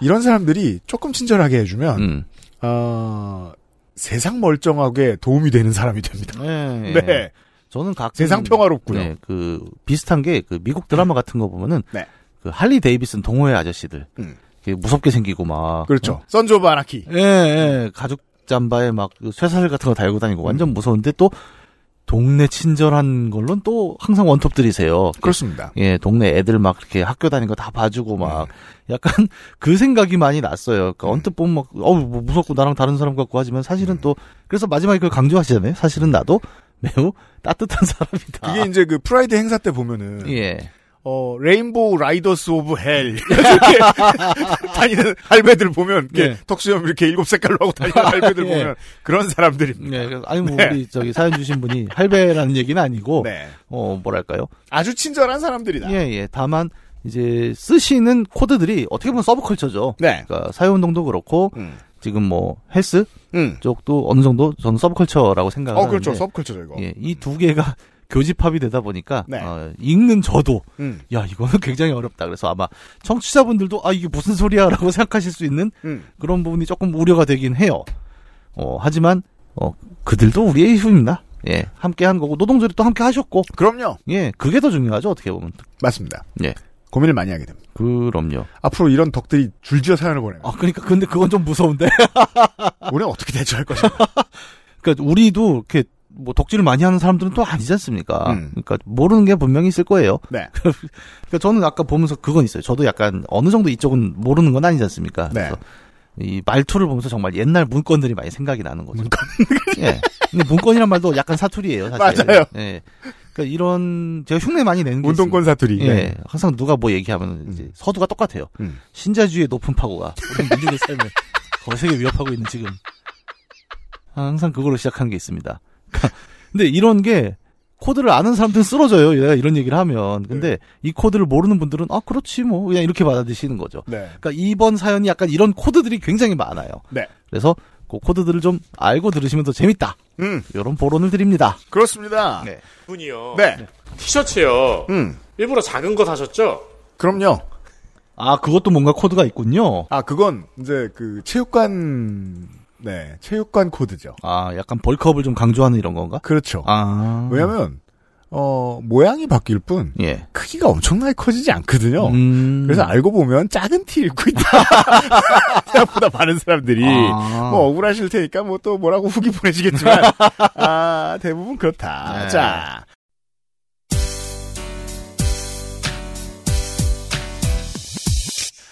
S1: 이런 사람들이 조금 친절하게 해주면
S2: 음.
S1: 어, 세상 멀쩡하게 도움이 되는 사람이 됩니다.
S2: 네.
S1: 네,
S2: 저는 가끔
S1: 세상 평화롭고요.
S2: 네, 그 비슷한 게 그 미국 드라마 같은 거 보면은
S1: 네.
S2: 그 할리 데이비슨 동호회 아저씨들
S1: 음.
S2: 이렇게 무섭게 생기고 막
S1: 그렇죠. 선조브 아나키.
S2: 예, 예. 가죽 잠바에 막그 쇠사슬 같은 거 달고 다니고
S1: 음.
S2: 완전 무서운데 또 동네 친절한 걸로는 또 항상 원톱들이세요.
S1: 그렇습니다.
S2: 예, 동네 애들 막 이렇게 학교 다니는 거 다 봐주고 막
S1: 네.
S2: 약간 그 생각이 많이 났어요. 그러니까 언뜻 보면 막 어우 뭐 무섭고 나랑 다른 사람 같고 하지만
S1: 네.
S2: 사실은 또 그래서 마지막에 그걸 강조하시잖아요. 사실은 나도 매우 따뜻한 사람이다.
S1: 이게 이제 그 프라이드 행사 때 보면은
S2: 아. 예.
S1: 어 레인보우 라이더스 오브 헬 이렇게 다니는 할배들 보면 이렇게
S2: 네.
S1: 턱수염 이렇게 일곱 색깔로 하고 다니는 할배들
S2: 예.
S1: 보면 그런 사람들입니다.
S2: 네, 그래서 아니 뭐
S1: 네.
S2: 우리 저기 사연 주신 분이 할배라는 얘기는 아니고
S1: 네.
S2: 어 뭐랄까요?
S1: 아주 친절한 사람들이다.
S2: 예, 예. 다만 이제 쓰시는 코드들이 어떻게 보면 서브컬처죠.
S1: 네.
S2: 그러니까 사회운동도 그렇고
S1: 음.
S2: 지금 뭐 헬스
S1: 음.
S2: 쪽도 어느 정도 저는 서브컬처라고 생각을
S1: 어, 그렇죠.
S2: 하는데
S1: 서브컬처죠, 이거.
S2: 음. 예, 이 두 개가 교집합이 되다 보니까
S1: 네.
S2: 어, 읽는 저도
S1: 음.
S2: 야 이거는 굉장히 어렵다. 그래서 아마 청취자분들도 아 이게 무슨 소리야라고 생각하실 수 있는
S1: 음.
S2: 그런 부분이 조금 우려가 되긴 해요. 어, 하지만 어, 그들도 우리의 일품입니다. 예, 함께 한 거고 노동절이 또 함께 하셨고
S1: 그럼요.
S2: 예, 그게 더 중요하죠 어떻게 보면.
S1: 맞습니다.
S2: 예.
S1: 고민을 많이 하게 됩니다.
S2: 그럼요.
S1: 앞으로 이런 덕들이 줄지어 사연을 보내면
S2: 아, 그러니까 근데 그건 좀 무서운데.
S1: 우리는 어떻게 대처할 것인가?
S2: 그러니까 우리도 이렇게 뭐 덕질을 많이 하는 사람들은 또 아니지 않습니까?
S1: 음.
S2: 그러니까 모르는 게 분명히 있을 거예요.
S1: 네.
S2: 그러니까 저는 아까 보면서 그건 있어요. 저도 약간 어느 정도 이쪽은 모르는 건 아니지 않습니까?
S1: 네.
S2: 그래서 이 말투를 보면서 정말 옛날 문건들이 많이 생각이 나는 거죠. 문건. 예. 근데 문건이란 말도 약간 사투리예요, 사실.
S1: 맞아요.
S2: 예. 그러니까 이런 제가 흉내 많이 내는 게
S1: 운동권 사투리.
S2: 있습니다. 예.
S1: 네.
S2: 항상 누가 뭐 얘기하면 이제 서두가 똑같아요.
S1: 음.
S2: 신자주의 높은 파고가 우리 민족의 삶을 거세게 위협하고 있는 지금 항상 그걸로 시작한 게 있습니다. 근데 이런 게 코드를 아는 사람들은 쓰러져요. 내가 이런 얘기를 하면 근데
S1: 네.
S2: 이 코드를 모르는 분들은 아 그렇지 뭐 그냥 이렇게 받아들이시는 거죠.
S1: 네.
S2: 그러니까 이번 사연이 약간 이런 코드들이 굉장히 많아요.
S1: 네.
S2: 그래서 그 코드들을 좀 알고 들으시면 더 재밌다.
S1: 음.
S2: 이런 보론을 드립니다.
S1: 그렇습니다.
S2: 네.
S10: 분이요.
S1: 네.
S10: 티셔츠요.
S1: 음.
S10: 일부러 작은 거 사셨죠?
S1: 그럼요.
S2: 아 그것도 뭔가 코드가 있군요.
S1: 아, 그건 이제 그 체육관 네. 체육관 코드죠.
S2: 아 약간 벌크업을 좀 강조하는 이런 건가?
S1: 그렇죠.
S2: 아
S1: 왜냐면 어, 모양이 바뀔 뿐
S2: 예.
S1: 크기가 엄청나게 커지지 않거든요.
S2: 음.
S1: 그래서 알고 보면 작은 티 입고 있다. 생각보다 많은 사람들이
S2: 아.
S1: 뭐 억울하실 테니까 뭐 또 뭐라고 후기 보내시겠지만 아 대부분 그렇다.
S2: 네.
S1: 자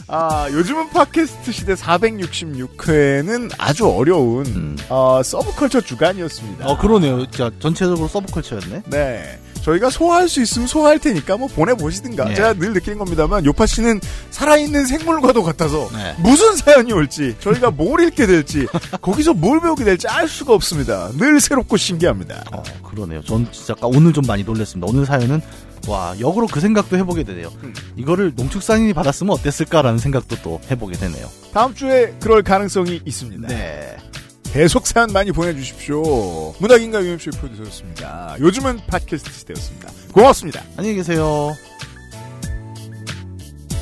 S1: 아, 요즘은 팟캐스트 시대 466회는 아주 어려운
S2: 음.
S1: 어, 서브컬처 주간이었습니다.
S2: 어 그러네요. 진짜 전체적으로 서브컬처였네.
S1: 네. 저희가 소화할 수 있으면 소화할 테니까 뭐 보내보시든가.
S2: 예.
S1: 제가 늘 느끼는 겁니다만, 요파 씨는 살아있는 생물과도 같아서
S2: 네.
S1: 무슨 사연이 올지, 저희가 뭘 읽게 될지, 거기서 뭘 배우게 될지 알 수가 없습니다. 늘 새롭고 신기합니다.
S2: 어 그러네요. 전 진짜 아까 오늘 좀 많이 놀랐습니다. 오늘 사연은 와 역으로 그 생각도 해보게 되네요. 이거를 농축산인이 받았으면 어땠을까라는 생각도 또 해보게 되네요.
S1: 다음 주에 그럴 가능성이 있습니다.
S2: 네.
S1: 계속 사연 많이 보내주십시오. 문학인가 유엠씨 프로듀서였습니다. 요즘은 팟캐스트 시대였습니다. 고맙습니다.
S2: 안녕히 계세요.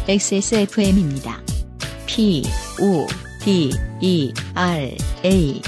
S4: XSFM입니다. P, O, D, E, R, A.